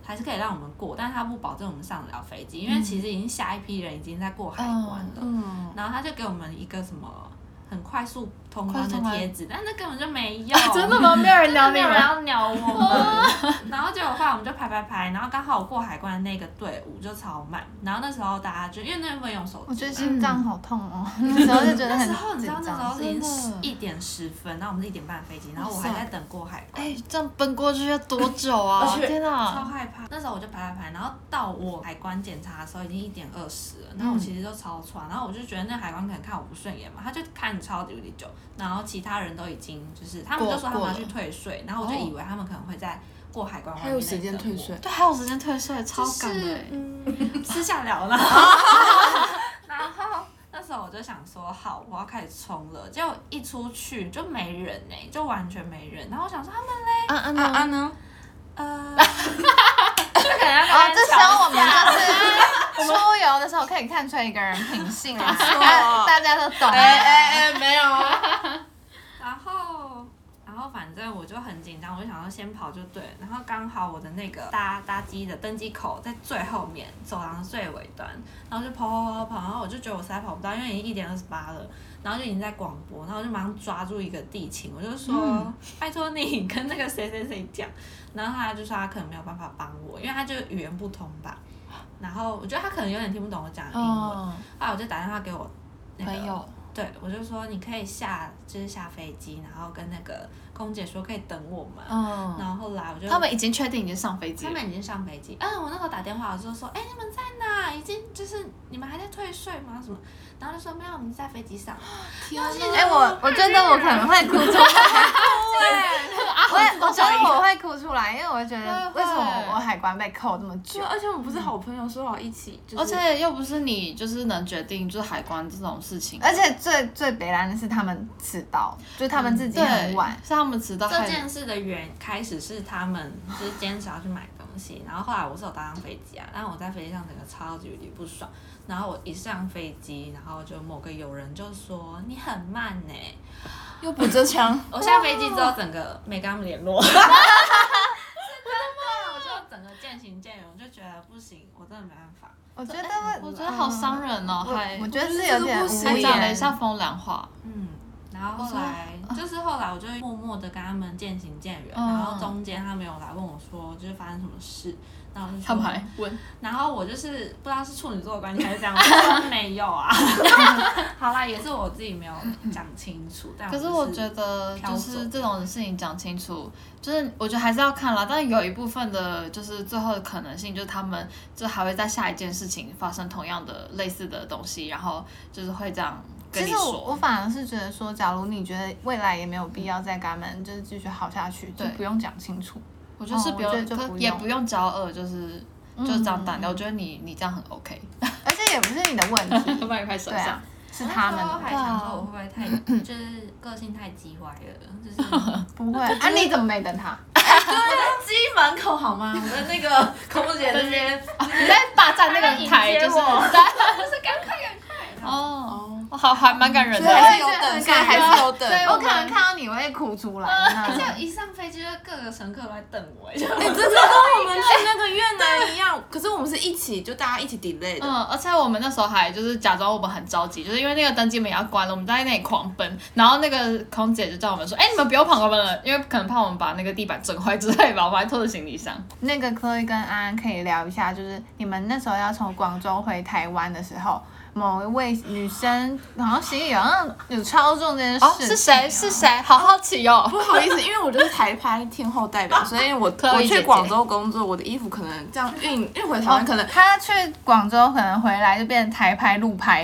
S2: 还是可以让我们过，但是她不保证我们上得了飞机，因为其实已经下一批人已经在过海关了。
S4: 嗯，
S2: 然后他就给我们一个什么很快速通关
S3: 快
S2: 的
S3: 速通
S2: 贴
S3: 关
S2: 纸，但那根本就 没用，
S3: 真的吗？没有人聊
S2: 没
S3: 你
S2: 有人
S3: 吗？
S2: 要鸟我 们。然后结果后来我们就排排排，然后刚好我过海关的那个队伍就超慢，然后那时候大家就因为那不能用手
S1: 我觉
S2: 机
S1: 得
S2: 嘛。
S1: 心脏好痛哦， 那时候就觉得
S2: 那
S1: 很
S2: 时候你知
S1: 紧
S2: 道那时
S1: 张
S2: 候。是已
S3: 真
S2: 经
S3: 的
S2: 一点十分，然后我们是一点半的飞机，然后我还在等过海关，
S3: 哎，这样奔过去要多久啊？天
S4: 嗯
S2: 超
S3: 哪！
S2: 害怕。那时候我就排排排，然后到我海关检查的时候已经一点二十了，
S4: 嗯
S2: 然后我其实就超喘，然后我就觉得那海关可能看我不顺眼嘛，他就看超级无敌久，然后其他人都已经就是他们就说他们要去退税，然后我就以为他们可能会在过海关外
S4: 还
S2: 面
S4: 有
S2: 在
S4: 时间
S2: 等
S4: 退
S2: 我
S4: 税，
S3: 对，还有时间退税，超赶
S2: 就
S3: 的
S2: 是
S3: 欸。
S2: 嗯， 私下聊 了。 然后那时候我就想说，好，我要开始冲了。结果一出去就没人呢、就完全没人。然后我想说他们
S3: 安安
S1: 啊
S4: 安
S3: 呢？
S4: 安啊呢？
S2: 呃，这可能要
S1: 哦
S2: 跟他，
S1: 这时候我们就是啊出游的时候可以看出一个人品性啦，大家都懂。
S4: 哎哎，没有啊，
S2: 然后，然后反正我就很紧张，我就想要先跑就对了。然后刚好我的那个搭搭机的登机口在最后面，走廊的最尾端，然后就跑跑跑跑跑，然后我就觉得我实在跑不到，因为已经一点二十八了，然后就已经在广播，然后我就马上抓住一个地勤，我就说、
S3: 嗯
S2: 拜托你跟那个谁谁谁讲，然后他就说他可能没有办法帮我，因为他就语言不通吧。然后我觉得他可能有点听不懂我讲的英文，后
S3: 嗯，
S2: 来我就打电话给我、那个
S3: 朋友，
S2: 对，我就说你可以下，就是下飞机，然后跟那个空姐说可以等我嘛。
S3: 嗯，
S2: 然后后来我就
S3: 他们已经确定已经上飞机
S2: 哦他
S3: 了，
S2: 们已经上飞机，嗯，我那时候打电话我就说，哎、你们在哪？已经就是你们还在退税吗？什么？然后就说没有，我们在飞机上。
S1: 哎，我我觉得我可能会哭出来， 我也我觉得我会哭出来，因为我觉得为什么我海关被扣这么久
S4: 对，？啊而且我们不是好朋友，说好一起，就
S3: 而
S4: 是
S3: 且又不是你就是能决定就是海关这种事情，
S1: 而且最最北蓝的是他们迟到，就是他们自己
S3: 嗯对
S1: 很晚。
S3: 是他们迟到
S2: 这
S3: 害
S2: 件事的原开始是他们就是坚持要去买东西，然后后来我是有搭上飞机啊，但我在飞机上整个超级无敌不爽。然后我一上飞机，然后就某个友人就说你很慢呢、
S4: 又补着 枪，
S3: 哦
S2: 我下飞机之后，整个没跟他们 联络。真的吗？我就整个渐行渐远，我就觉得不行，我真的没办法。
S1: 我觉得嗯
S3: 我觉得好伤人哦，
S1: 我
S3: 还
S1: 我觉得是有点无
S3: 还讲了
S1: 言
S3: 一。下风凉话，
S2: 嗯，然后后来就是后来，我就默默的跟他们渐行渐远。
S3: 嗯
S2: 然后中间他们有来问我说，就是发生什么事，然后我就
S3: 他
S2: 说
S3: 们还问，
S2: 然后我就是不知道是处女座的关系还是 这样，我就说没有啊。 好啦，也是我自己没有讲清楚，但
S1: 啊
S3: 可是我觉得
S2: 飘
S3: 就
S2: 走
S3: 是这种事情讲清楚，就是我觉得还是要看啦，但是有一部分的就是最后的可能性就是他们就还会在下一件事情发生同样的类似的东西，然后就是会这样跟
S1: 其
S3: 你
S1: 实我我
S3: 说，
S1: 反而是觉得说，假如你觉得未来也没有必要再跟他们就是继续好下去，就
S3: 对
S1: 不用讲清楚。
S3: 我就是
S1: 哦我
S3: 不
S1: 觉得
S3: 用
S1: 就不
S3: 可
S1: 用
S3: 也不嗯用骄傲，就是就是这样淡掉，我觉得你你这样很 OK，
S1: 而且也不是你的问题，
S3: 就 把你拍手
S1: 对
S3: 上
S1: 啊。，是他们啊
S2: 那时候还
S1: 的，
S2: 想说我会不会太就是个性太叽歪了，就是。
S1: 不会啊？你怎么没等他？
S5: 机门口好 吗？我的那个空姐那 边，
S3: 你在霸占那个台，就是
S5: 他
S3: 在，就是赶快赶快。哦，
S4: 哦，
S3: 我好还蛮感人
S4: 所以还是
S3: 的。
S4: 有等，
S1: 对
S4: 所以还是有等
S1: 所。以我可能看到你我会哭出来的那种。
S2: 像一上飞机就各个乘客都在瞪我， 就
S4: 哎，这就跟我们去那个越南一样，可是我们是一起，就大家一起 delay 的。
S3: 嗯，而且我们那时候还就是假装我们很着急，就是因为那个登机门也要关了，我们在那里狂奔，然后那个空姐就叫我们说：“哎、你们不要跑我们了，因为可能怕我们把那个地板震坏之类吧。”我们还拖着行李箱。
S1: 那个 Chloe 跟安安可以聊一下，就是你们那时候要从广州回台湾的时候，某一位女生好像行李好像有超重这件事、
S3: 哦，是谁？是？谁？好好奇哦。
S4: 不好意思，因为我就是台拍天后代表，所 以我
S3: 特
S4: 我
S3: 意姐
S4: 去
S3: 姐
S4: 广州工作，我的衣服可能这样运运回
S3: 哦
S1: 哦
S4: 台湾，可能
S1: 她去广州，可能回来就变成台拍、路 拍，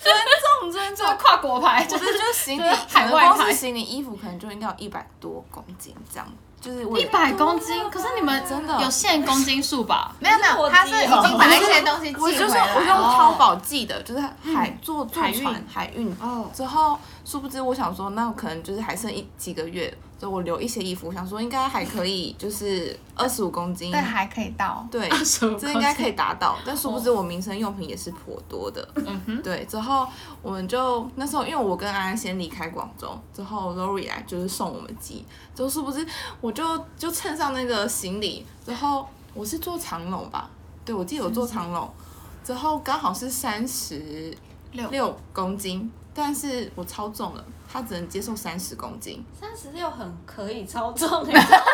S4: 尊重尊
S3: 这
S4: 重
S3: 个。跨国牌就
S4: 不
S3: 是
S4: 是， 就是行李
S3: 就是，海外
S4: 光
S3: 牌
S4: 是行李衣服可能就应该有一百多公斤这样，就是我
S3: 一百公斤，可是你们
S4: 真的
S3: 有限公斤数吧？
S1: 没有没有，她是已经把一些东西
S4: 我
S1: 寄
S4: 就是
S1: 回
S4: 我用
S1: 来。
S4: 淘宝寄的，就是海坐坐
S3: 哦嗯海运
S4: 船海运。
S3: 哦，
S4: 之后，殊不知我想说，那可能就是还剩一几个月，所以我留一些衣服，我想说应该还可以，就是二十五公斤
S1: 对，，还可以到。
S4: 对，
S5: 嗯
S3: 25
S4: 这应该可以达到。但殊不
S5: 哦
S4: 知我民生用品也是颇多的，
S5: 嗯
S4: 对。之后我们就那时候，因为我跟安安先离开广州，之后 Lori 来就是送我们机，之后殊不知我就就蹭上那个行李，之后我是坐长龙吧，对我记得我坐长龙，之后刚好是三十
S1: 六
S4: 六公斤，但是我超重了，他只能接受三十公斤，
S2: 三十六很可以超重，你知道吗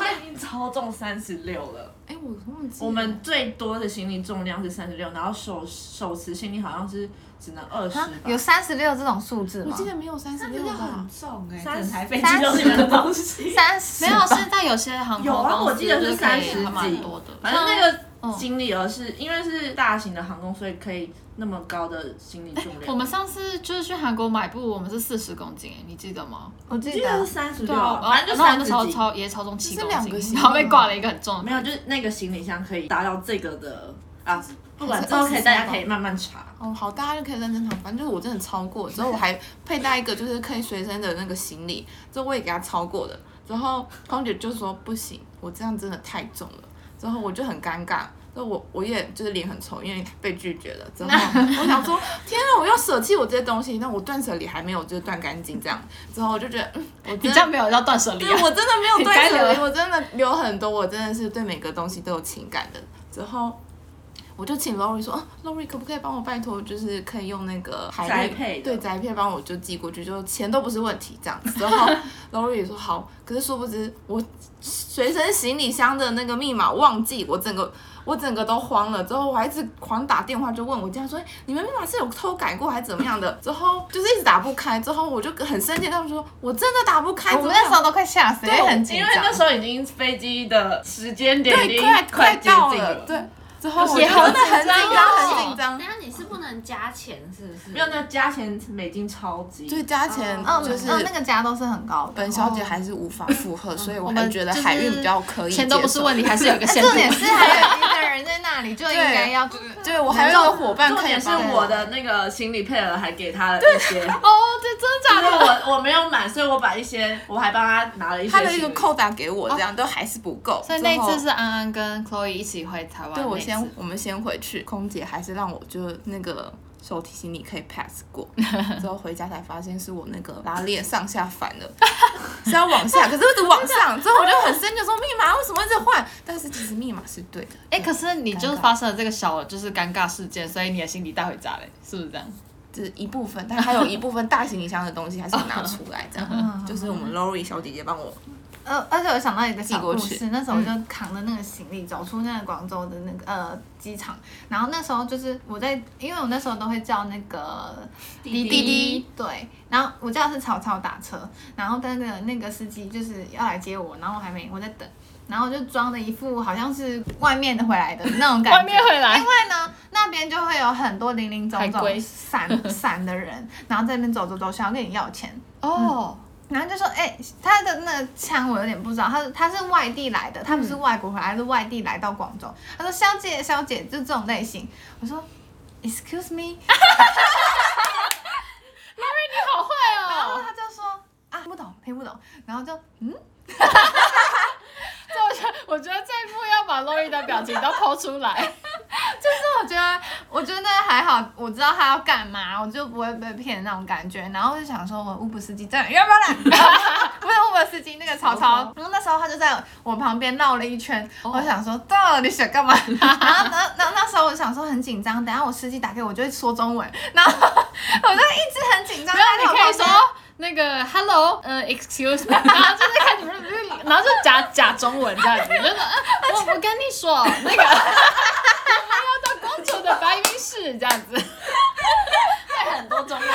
S5: 他已经超重三十六了。
S4: 哎，我忘记了
S5: 我们最多的行李重量是三十六，然后手手持行李好像是只能二十
S1: 啊
S5: 吧，。
S1: 有三十六这种数字
S4: 我
S1: 吗
S4: 记？得没有三十六吧？
S2: 重哎
S5: 三
S2: 整
S5: 十
S2: 台飞机都是你的东西。
S1: 三十
S3: 没有，现在有些航空
S5: 有啊，我
S3: 公司
S5: 记得是
S3: 就可
S5: 三
S3: 以
S5: 十
S3: 还
S5: 几
S3: 蛮多的，，嗯
S5: 反正那个行李额是因为是大型的航空，所以可以那么高的行李重量。
S3: 我们上次就是去韩国买布，我们是四十公斤、哎，你记得吗？
S1: 我记
S5: 记得
S1: 得
S5: 是三十
S3: 对
S5: 六，
S3: 啊，
S5: 反正就
S3: 然后我那
S5: 三
S3: 时候
S5: 十几。
S3: 超也超重七
S4: 这是
S3: 公
S4: 两个
S3: 斤，
S4: 行
S3: 然后被
S4: 李吗
S3: 挂了一个很重的。
S5: 没有，就是那个行李箱可以达到这个的啊，不管
S4: 还是
S5: 之后可以大
S4: 23
S5: 家可以慢慢查。
S4: 哦，好，大家就可以认真躺。反正就是我真的超过，之后我还佩戴一个就是可以随身的那个行李，之后我也给他超过的。之后空姐就说不行，我这样真的太重了。之后我就很尴尬，之后我我也就是脸很臭，因为被拒绝了。之后我想说，天啊，我要舍弃我这些东西，那我断舍离还没有就是断干净这样。之后我就觉得，嗯，我
S3: 你
S4: 真
S3: 这样没
S4: 的。
S3: 有要断舍离
S4: 对，
S3: 啊？
S4: 我真的 没有断
S3: 该
S4: 舍离，
S3: 留
S4: 我真的留很多，我真的是对每个东西都有情感的。之后我就请 Lori 说、啊、，Lori 可不可以帮我拜托，就是可以用那个海
S5: 宅
S4: 运
S5: 配的
S4: 对宅配帮我就寄过去，就钱都不是问题这样子。然后 Lori 也说好，可是殊不知我随身行李箱的那个密码忘记，我整个。我整个都慌了，之后我还一直狂打电话，就问我家说，哎你们密码是有偷改过还是怎么样的？之后就是一直打不开，之后我就很生气，他们说我真的打不开，
S1: 哎我
S4: 怎
S1: 们
S4: 么样
S1: 那时候都快吓死，因为很紧
S5: 因为
S1: 张
S5: 那。时候已经飞机的时间点已
S4: 对，
S5: 经
S4: 快
S5: 快接
S4: 到
S5: 近了，
S4: 对，之后我
S3: 也
S4: 就
S3: 好
S4: 真的很
S3: 紧
S4: 紧
S3: 张
S4: 张，
S3: 哦
S4: 很紧张
S2: 等。下你是不能加钱是不是？
S5: 没有那加钱美金超级，
S4: 就是加钱
S3: 哦
S1: 嗯，，
S4: 就是
S1: 嗯，那个家都是很高的。
S4: 本小姐还是无法负荷，所以我
S3: 嗯们
S4: 还觉得海运比较可以接受。
S3: 钱都不是问题，还是有一个限度
S1: 哎重。点是还有一个人在那里，就应该要
S4: 对我还有一个伙伴
S5: 重
S4: 可以
S5: 点是
S4: 帮我
S5: 我的那个行李配额还给他了一些，因为
S3: 哦，这真的假的？
S5: 我我没有满，所以我把一些我还帮他拿了一些
S4: 他
S5: 行李。
S4: 的一个扣打给我，这样都还是不够。
S3: 哦所以那一次
S4: 之
S3: 是
S4: 后。
S3: 安安跟 Chloe 一起回台湾那一次。
S4: 对，我先我们先回去，空姐还是让我就那个手提行李可以 pass 过，之后回家才发现是我那个拉链上下反了，是要往下，可是一直往上，之后我就很生气，说密码为什么一直换？但是其实密码是对的。
S3: 哎，可是你就
S4: 尴
S3: 是
S4: 尬
S3: 发生了这个小就是尴尬事件，所以你的行李带回家嘞，是不是这样？
S4: 这一部分，但还有一部分大行李箱的东西还是有拿出来，这
S5: 嗯
S4: 样就是我们 Lori 小姐姐帮我，
S1: 呃，而且我想到一个小故
S4: 寄过
S1: 事，那时候我就扛着那个行李走出那个广州的那个呃机场，然后那时候就是我在，因为我那时候都会叫那个滴滴滴，对，然后我叫的是曹操打车，然后那个那个司机就是要来接我，然后我还没我在等，然后我就装的一副好像是外面的回来的那种感觉，
S3: 外面回来
S1: 因，为呢，那边就会有很多零零总
S3: 海
S1: 总
S3: 龟
S1: 散散的人，然后在那边走走走，想要跟你要钱，嗯
S3: 哦，
S1: 然后就说，哎、他的那个腔我有点不知道，他他是外地来的，他不
S3: 嗯
S1: 是外国回来，他是外地来到广州。他说小姐小姐，就这种类型。我说，excuse me，
S3: 你好
S1: 然
S3: 坏
S1: 后
S3: 哦！
S1: 他就说啊不懂听不懂，然后就嗯，
S3: 这我觉得我觉得这一幕要把 Lori 的表情都抛出来，
S1: 就是我觉得，我觉得还好，我知道他要干嘛，我就不会被骗那种感觉。然后我就想说，我 Uber 司机真的要不要来？ 不是 Uber 司机，那个曹操。然后那时候他就在我旁边绕了一圈，我就想说到底想干嘛？然后那那那时候我就想说很紧张，等一下我司机打给我就会说中文，然后我就一直很紧张。
S3: 没有，
S1: 他
S3: 你
S1: 在我
S3: 可以
S1: 旁边
S3: 说那个 hello，呃，excuse me，然 后就是看你们，然后就假假中文这样子，就是、 呃、我我跟你说，那 个我们要到公主的白云室这样子，
S2: 会很多中文。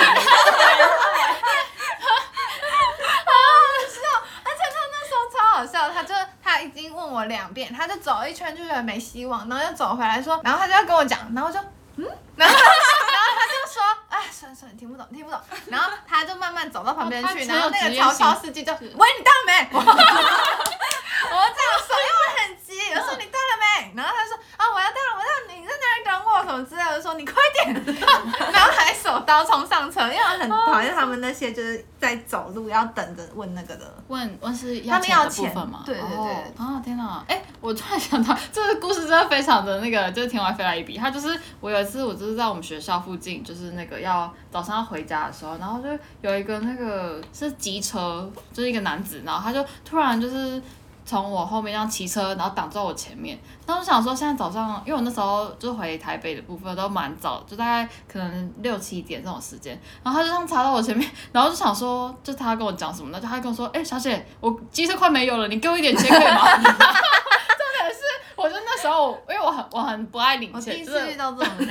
S1: 而且他那时候超好笑，他就他已经问我两遍，他就走一圈就觉得没希望，然后又走回来说，然后他就要跟我讲，然后我就嗯，然后然后他就说，哎，算了算了，听不懂听不懂，然后他就慢慢走到旁边
S3: 哦他
S1: 去，
S3: 只有
S1: 然后那
S3: 职
S1: 个
S3: 业
S1: 曹操
S3: 性
S1: 司机就喂你到没？我我这样说，因为我很急，我说你到了没？然后他就说啊我要到了，我要你在哪里等我什么之类的，我就说你快点，然后还手刀冲上车，因为我很讨厌他们那些就是在走路要等着问那个的。
S3: 问问是
S1: 他们要
S3: 的部
S1: 钱
S3: 分吗？
S1: 对对对
S3: 哦啊天哪！哎、我突然想到， 这个故事真的非常的那个，就是天外飞来一笔。他就是我有一次，我就是在我们学校附近，就是那个要早上要回家的时候，然后就有一个那个是机车，就是一个男子，然后他就突然就是。从我后面这样骑车，然后挡在我前面。然后我想说，现在早上，因为我那时候就回台北的部分都蛮早，就大概可能六七点这种时间。然后他就这样插到我前面，然后就想说，就他跟我讲什么呢？就他跟我说，哎、小姐，我机车快没有了，你给我一点钱可以吗？ 重点是，我就那时候，因为我很我很不爱零
S1: 我哦第
S3: 钱，
S1: 一
S3: 就是
S1: 次遇到这 种人，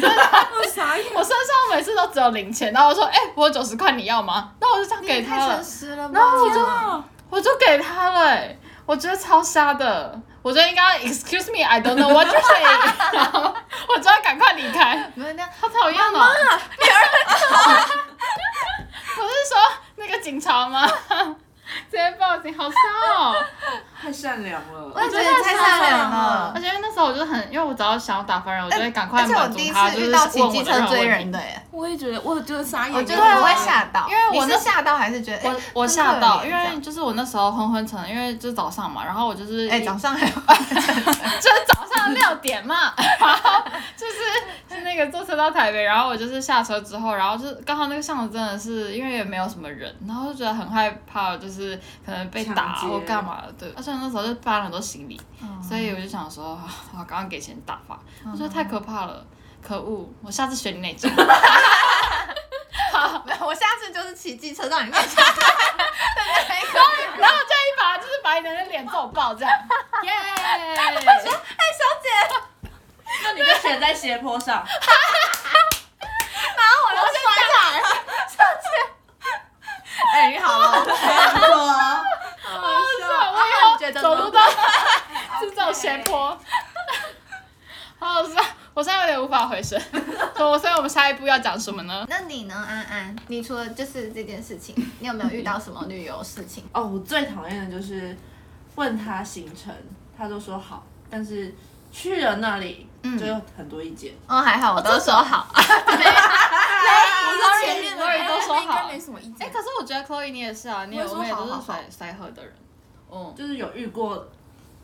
S4: 啥意
S3: 我身上每次都只有零钱。然后我说，哎、我有九十块，你要吗？那我就这样给
S1: 你
S3: 他
S1: 太
S3: 了
S1: 诚，实了吧？
S3: 然后我就
S4: 啊？
S3: 我就给他了、哎我觉得超瞎的。我觉得应该要 Excuse me, I don't know what you're saying，然 后我就要赶快离开。
S1: 没有那样
S3: 好讨厌哦！女儿，我是说那个警察吗？直接报警，好骚哦！
S5: 太善良
S1: 我
S5: 了。
S4: 哎
S1: 也觉得你太善良
S3: 而
S1: 了。
S3: 且那时候我就是很，因为我只要想要打发人，我就会赶嗯快
S1: 而且我
S3: 满
S1: 第
S3: 足
S1: 一
S3: 他，
S1: 次
S3: 就是
S1: 遇
S3: 问
S1: 到
S3: 我
S1: 骑机车
S3: 的
S1: 追
S3: 人
S1: 人
S3: 问
S1: 的
S3: 题。
S1: 耶，
S4: 我也觉得，我就是傻眼，
S5: 哦
S1: 我觉
S4: 因
S1: 得
S4: 为
S1: 我会吓到，
S3: 因为我
S1: 你
S3: 那
S1: 是吓到还是觉得
S3: 我
S1: 哎
S3: 我
S1: 真
S3: 吓
S1: 可
S3: 到，
S1: 怜
S3: 因
S1: 这样
S3: 为就是我那时候昏昏沉沉，因为就是早上嘛，然后我就是
S1: 哎早上还有
S3: 就是早上六点嘛， 然后就是是那个坐车到台北，然后我就是下车之后，然后就是刚好那个巷子真的是因为也没有什么人，然后就觉得很害怕，就是可能被打
S5: 抢劫
S3: 或干嘛的，对。而且那时候就搬了很多行李，所以我就想说，啊，我刚刚给钱打发，
S5: 嗯
S3: 我觉得太可怕了，可恶！我下次选你那 种。
S1: 没有我下次就是骑机车到你面前， 对对对
S3: 然后就一把就是把你的那脸揍爆 这样，耶！
S5: 那你就选在斜 坡上，
S1: 哎你好了，
S3: 我
S1: 觉得呢
S3: 走 路都是走斜坡， 好好笑。我现在有点无法回神，所以所以我们下一步要讲什么呢？
S1: 那你呢，安安？你除了就是这件事情，你有没有遇到什么旅游事情？
S5: 哦，我最讨厌的就是问他行程，他都说好，但是去了那里
S4: 嗯
S5: 就有很多意见。
S1: 哦，还好我都说好，
S4: 我是前面的
S3: Sorry，都说好
S4: 应该没什么意
S3: 哎、
S4: 见。
S3: 可是我觉得 Chloe 你也是啊，你也
S4: 我也说
S3: 我们也都
S4: 好
S3: 是
S4: 好好
S3: 甩甩喝的人，嗯
S5: 就是有遇过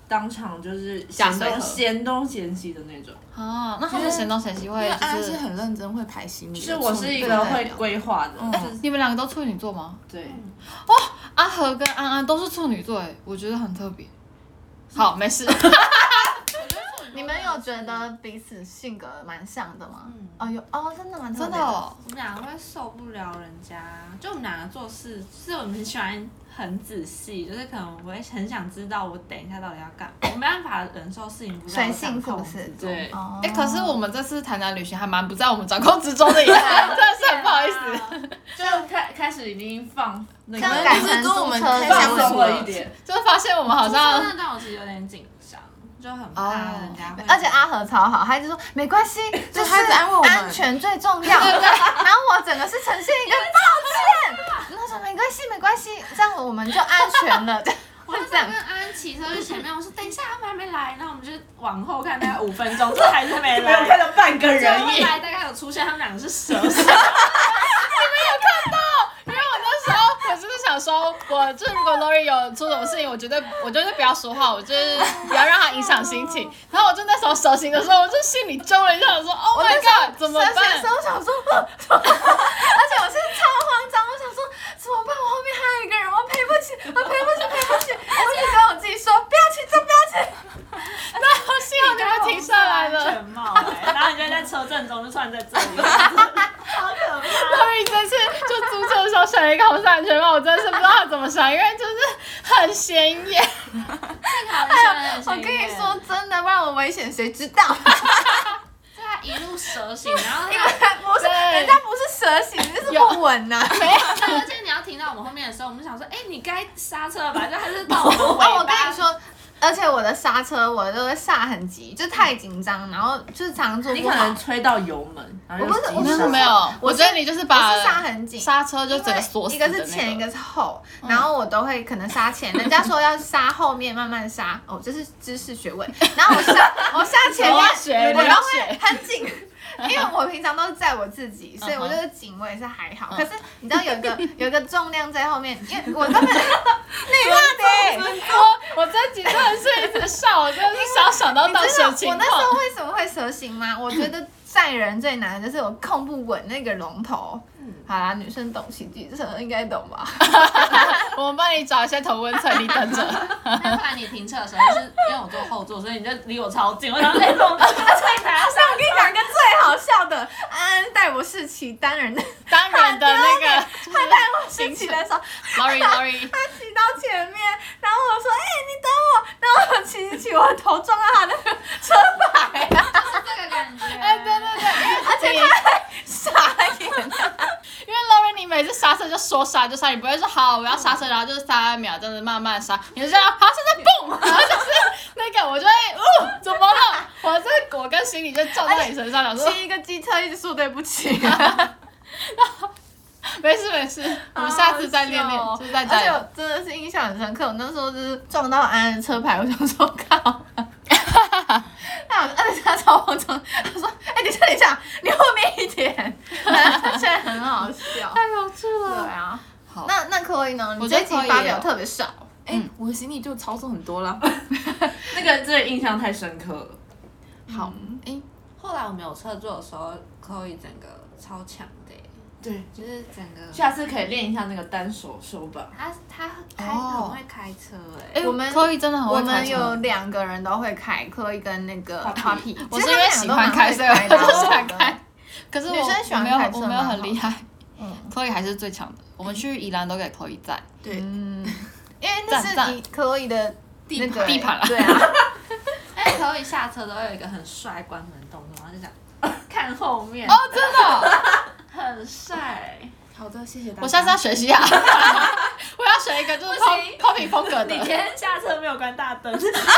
S5: 当场就是
S3: 假
S5: 嫌
S3: 随和
S5: 东嫌东嫌西的那种。
S3: 啊，那他们嫌东嫌西会
S4: 因为安
S3: 就
S4: 安是
S3: 是，
S4: 很认真会排行李的
S5: 是
S4: 处女，
S5: 我是一
S4: 对
S5: 个
S4: 对
S5: 会
S4: 对
S5: 规划的，就是
S3: 你们两个都处女座吗？
S5: 对，
S3: 阿和跟安安都是处女座，哎，我觉得很特别。哦好，没 事。
S1: 你们有觉得彼此性格蛮像的吗？哦，有哦，真的蛮特
S3: 嗯真
S1: 别
S3: 的哦，
S2: 我们两个会受不了人家，就我们两个做事，就是我们很喜欢很仔细，就是可能我会很想知道我等一下到底要干嘛，我没办法忍受事情不在我
S1: 随性
S2: 掌控
S1: 是不是
S2: 之中。
S3: 对，哎、
S1: 哦
S3: 可是我们这次台南旅行还蛮不在我们掌控之中的耶， 真
S4: 哦
S3: 的是很不好意
S4: 啊
S3: 思。
S5: 就开开始已经放那
S1: 这样
S5: 个
S1: 改
S4: 就是
S1: 成
S4: 跟我
S1: 租
S4: 们
S1: 车
S4: 开
S1: 这样
S5: 放
S4: 箱
S1: 子
S5: 松了一点，
S3: 就是发现我们好像
S2: 真的让我其实有点紧张，就很怕人家会。
S1: 而且阿和超好，他一直说没关系，就
S4: 就是他一直安慰我们
S1: 安全最重要。然后我整个是呈现一个抱歉，然后说没关系没关系，这样我们就安全了，
S2: 我
S1: 就这
S2: 那时候
S1: 样
S2: 跟。安安骑车去前面，我 说等一下他们还没来，然后我们就往后看，大概五分 钟，这还是没
S5: 没有看
S2: 来。
S5: 到半个
S2: 结果
S5: 人
S2: 后
S5: 影。
S2: 来大概有出现他们两个是蛇，
S3: 因为我那时候我就是想想说，我就如果 Lori 有出什么事情，我绝对我绝对不要说话，我就是不要让他影响心情。然后我就那时候手型的时候，我就心里揪了一下，我说 Oh my god，怎么
S1: 生气的
S3: 办
S1: 时？候我想说， 啊怎么办而且我是超慌张，我想说怎么办？我后面还有一个人，我赔不起，我赔不起，赔不起。我就跟我自己说，不要去，真不要去。
S3: 然后幸好你们停下来
S5: 安
S3: 了
S5: 全。帽、欸，然后你就在车阵中就突然在 这里，好可怕。
S3: Lori 这次就足球的时候选了一个红色安全帽，我真的是不知道他怎么想，因为就是很显眼。
S2: 啊
S1: 我跟你说真的，不然我危险谁知道？
S2: 就他一路蛇形，然后
S1: 因
S2: 他
S1: 为他不是
S3: 对
S1: 人家不是蛇形，这是不稳
S4: 啊
S1: 呐。
S2: 而且你要停到我们后面的时候，我们就想说，哎、你该刹车了吧？就还是到我们尾巴。
S1: 哦，我跟 你，说。而且我的刹车，我都会刹很急，就太紧张，然后就是常做
S5: 你
S1: 不
S5: 可
S1: 好
S5: 能。吹到油门，然后就
S1: 我不是我不
S3: 没
S1: 是
S3: 有
S5: 急
S3: 没
S5: 刹
S3: 有，我
S1: 我
S3: 觉得
S1: 是
S3: 你就是把
S1: 我是刹很紧，
S3: 刹车就整个
S1: 因
S3: 锁
S1: 为
S3: 死
S1: 一
S3: 的
S1: 个
S3: 那
S1: 是
S3: 嗯
S1: 前，一个
S3: 个
S1: 是后，然后我都会可能刹前，人家说要刹后面慢慢 刹，哦，这是知识学问。然后我刹我刹前面，
S3: 要学
S1: 我
S3: 你
S1: 都
S3: 要
S1: 会
S3: 学
S1: 很紧，因为我平常都是载我自 己，所以我就是紧，我也是还
S3: 嗯
S1: 好。可是你知道有一个有一个重量在后面，因为我根 本 你妈的。
S3: 我这几真的是一直笑，我真的是想想到
S1: 你
S3: 当
S1: 知
S3: 时
S1: 道
S3: 的
S1: 我
S3: 情
S1: 那时候
S3: 况。
S1: 为什么会蛇形 吗？我觉得载人最难的就是我控不稳那个龙头。好啦，女生懂骑机车应该懂 吧？
S3: 我们帮你找一些头温层，你等 着。
S2: 那不然你停车的时候，就是因为我坐后座，所以你就离我超 近。我想说，哎、怎么办在哪上？
S1: 我跟你讲一个最好笑的，安安带我试骑单人 的，
S3: 当然的那个
S1: 他带我试骑的时候，
S3: ，sorry sorry，
S1: 他骑到前面，然后我说：“哎、你等我。”然后我骑一骑，我的头撞到他的车 牌，
S2: 这个感觉，
S3: 哎对对对，
S1: 而且他还傻眼。
S3: 因为 Lori 你每次刹车就说刹就刹，你不会说好我要刹车，然后就是三秒这样子慢慢刹，你就这样，好现在 蹦，然后就是那个我就会，哦，怎么了？我这我跟行李就撞在你身上，想说
S1: 骑一个机车一直说对不起，
S3: 没事没事，我们下次再练练，
S1: 好好笑哦
S3: 就是再
S1: 而且
S3: 加油。
S1: 我真的是印象很深刻。我那时候就是撞到安安的车牌，我想说靠。 那我而且他超慌张，他说：“哎、等一下，等一下，你后面一点。” 现在很好笑。
S3: 太有趣
S1: 对。啊，
S3: 好
S1: 那那可以呢？你
S3: 我觉
S1: 这
S3: 得啊
S1: 一集
S3: Chloe
S1: 发
S3: 也
S1: 表
S3: 有
S1: 特别少，
S4: 哎、我的行李就超重很多了。
S5: 那个这个印象太深刻了。
S4: 好，哎、
S2: 后来我们有车坐的时候，Chloe 整个超强的、欸
S5: 对，
S2: 就是整个
S5: 下次可以练一下那个单手手把。
S2: 他他开、
S3: 哦
S2: 很会开车哎、
S3: 哎，
S1: 我们
S3: Chloe 真的很
S1: 我
S3: 会开
S1: 们有
S3: 车。
S1: 两个人都会开，Chloe 跟那个
S5: Poppy
S1: Poppy。
S3: 我是因为喜欢开车， 我就想开。可是我
S1: 啊女生喜欢
S3: 我没有
S1: 开车
S3: 我没有
S1: 蛮好
S3: 很厉害。
S1: 嗯
S3: Chloe 还是最强的。我们去宜兰都给 Chloe 在，
S4: 对，
S1: 嗯，因为那
S3: 赞
S1: 是
S3: 赞
S1: 你 Chloe 的那个
S3: 地盘啦
S1: 对啊，
S2: 哎、c h l o e 下车都会有一个很帅关门动作，然后就这样看后面，
S3: 哦， 真的，
S2: 很帅。
S4: 好的，谢谢大家。
S3: 我下次要学习 啊。我要学一个就是 pop popping 风格
S5: 你
S3: 的
S5: 今。天下车没有关大灯，
S3: 我今天就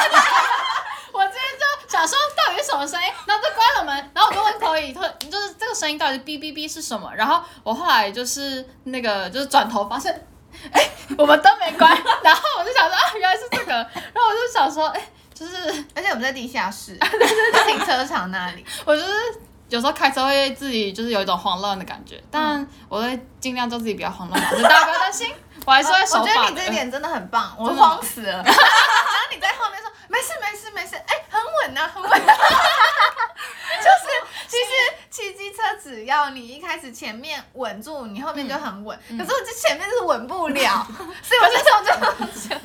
S3: 想说到底是什么声音，然后就关了门，然后我就问 Chloe，她就是这个声音到底是哔哔哔是什么？然后我后来就是那个就是转头发现， 哎、我们灯没 关，然后我就想说啊，原来是这个，然后我就想说，哎、就是
S1: 而且我们在地下 室，在停车场那里。
S3: 我就是。有时候开车会自己就是有一种慌乱的感觉，
S1: 嗯
S3: 但我会尽量做自己比较慌乱，所以大家不要担心，我还是会
S1: 我
S3: 守
S1: 觉得
S3: 法
S1: 你
S3: 的
S1: 这一。点真的很棒，我
S3: 真的吗
S1: 慌死 了。然后你在后面说没事没事没事，哎、很稳呐、很 稳、啊。就是其实骑机车，只要你一开始前面稳住，你后面就很稳。
S3: 嗯
S1: 可是我这前面就是稳不了， 所以我 就想就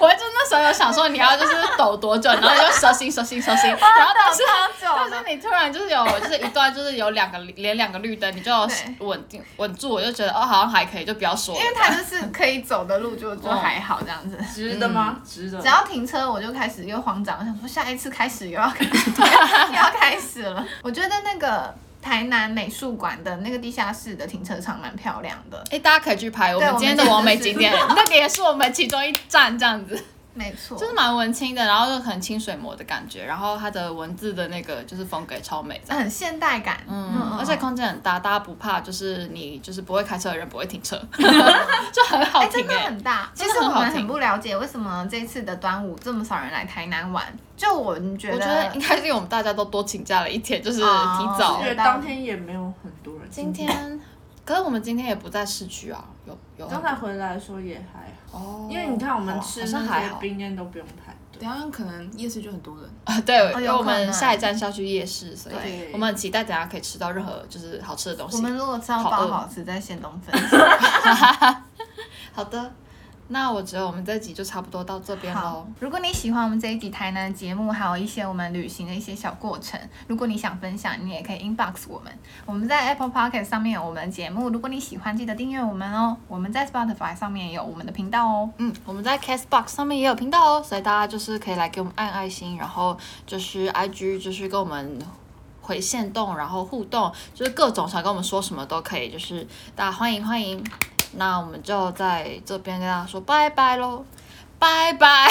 S3: 我就那时候有想说你要就是抖多久，然后你就蛇形蛇形蛇 形，然后但是
S1: 超久
S3: 但
S1: 的。
S3: 是你突然就是有，就是一段就是有两个连两个绿灯，你就要
S1: 对
S3: 稳定稳住，我就觉得哦好像还可以，就不要说了
S1: 因为它就是可以走的路就，就
S3: 哦
S1: 还好这样子。
S5: 值得
S3: 嗯
S5: 吗？值得
S1: 只。要停车，我就开始又慌张，我想说下一次开始 又要又要开始了。我觉得那个台南美术馆的那个地下室的停车场蛮漂亮的，
S3: 哎、大家可以去拍我们
S1: 对
S3: 今天的
S1: 我们
S3: 完美
S1: 今
S3: 景
S1: 天
S3: 点
S1: 的，
S3: 那个也是我们其中一站这样子，
S1: 没错
S3: 就。是蛮文青的，然后就很清水模的感觉，然后它的文字的那个就是风格也超美这样。
S1: 很现代感，
S3: 嗯，而且空间很大，大家不怕，就是你就是不会开车的人不会 停车， 就很好
S1: 哎、
S3: 停
S1: 真的
S3: 哎、
S1: 很大。其
S3: 真的
S1: 实我
S3: 很好
S1: 们很
S3: 停
S1: 不了解为什么这次的端午这么少人来台南玩，就我们觉
S3: 我觉得应该是因为我们大家都多请假了一天，就是提
S1: 哦
S3: 早
S5: 因为当天也没有很多人。
S3: 今天 可是我们今天也不在市区啊，有有很
S5: 刚才回来的时候也还好，
S3: 哦，
S5: 因为你看我们吃
S3: 好像
S5: 那
S3: 还
S5: 些
S3: 好
S5: 冰店都不用排队。
S4: 等一下可能夜市就很多人，
S3: 啊，对，因为
S1: 哦有
S3: 我
S1: 可
S3: 们
S1: 能
S3: 下一站是要去夜市，所以
S5: 对
S3: 我们很期待等一下可以吃到任何就是好吃的东西
S1: 我。们如果吃到
S3: 好
S1: 爆
S3: 饿
S1: 好吃，在县东分享。
S3: 好的，那我觉得我们这集就差不多到这边喽
S1: 好。，如果你喜欢我们这一集台南的节目，还有一些我们旅行的一些小过程，如果你想分享，你也可以 inbox 我们。我们在 Apple Podcast 上面有我们的节目，如果你喜欢，记得订阅我们哦。我们在 Spotify 上面也有我们的频道哦。
S3: 嗯，我们在 Castbox 上面也有频道哦，所以大家就是可以来给我们按爱心，然后就是 IG 就是跟我们回线动，然后互动，就是各种想跟我们说什么都可以，就是大家欢迎欢迎。 那我们就在这边跟大家说拜拜喽，拜拜。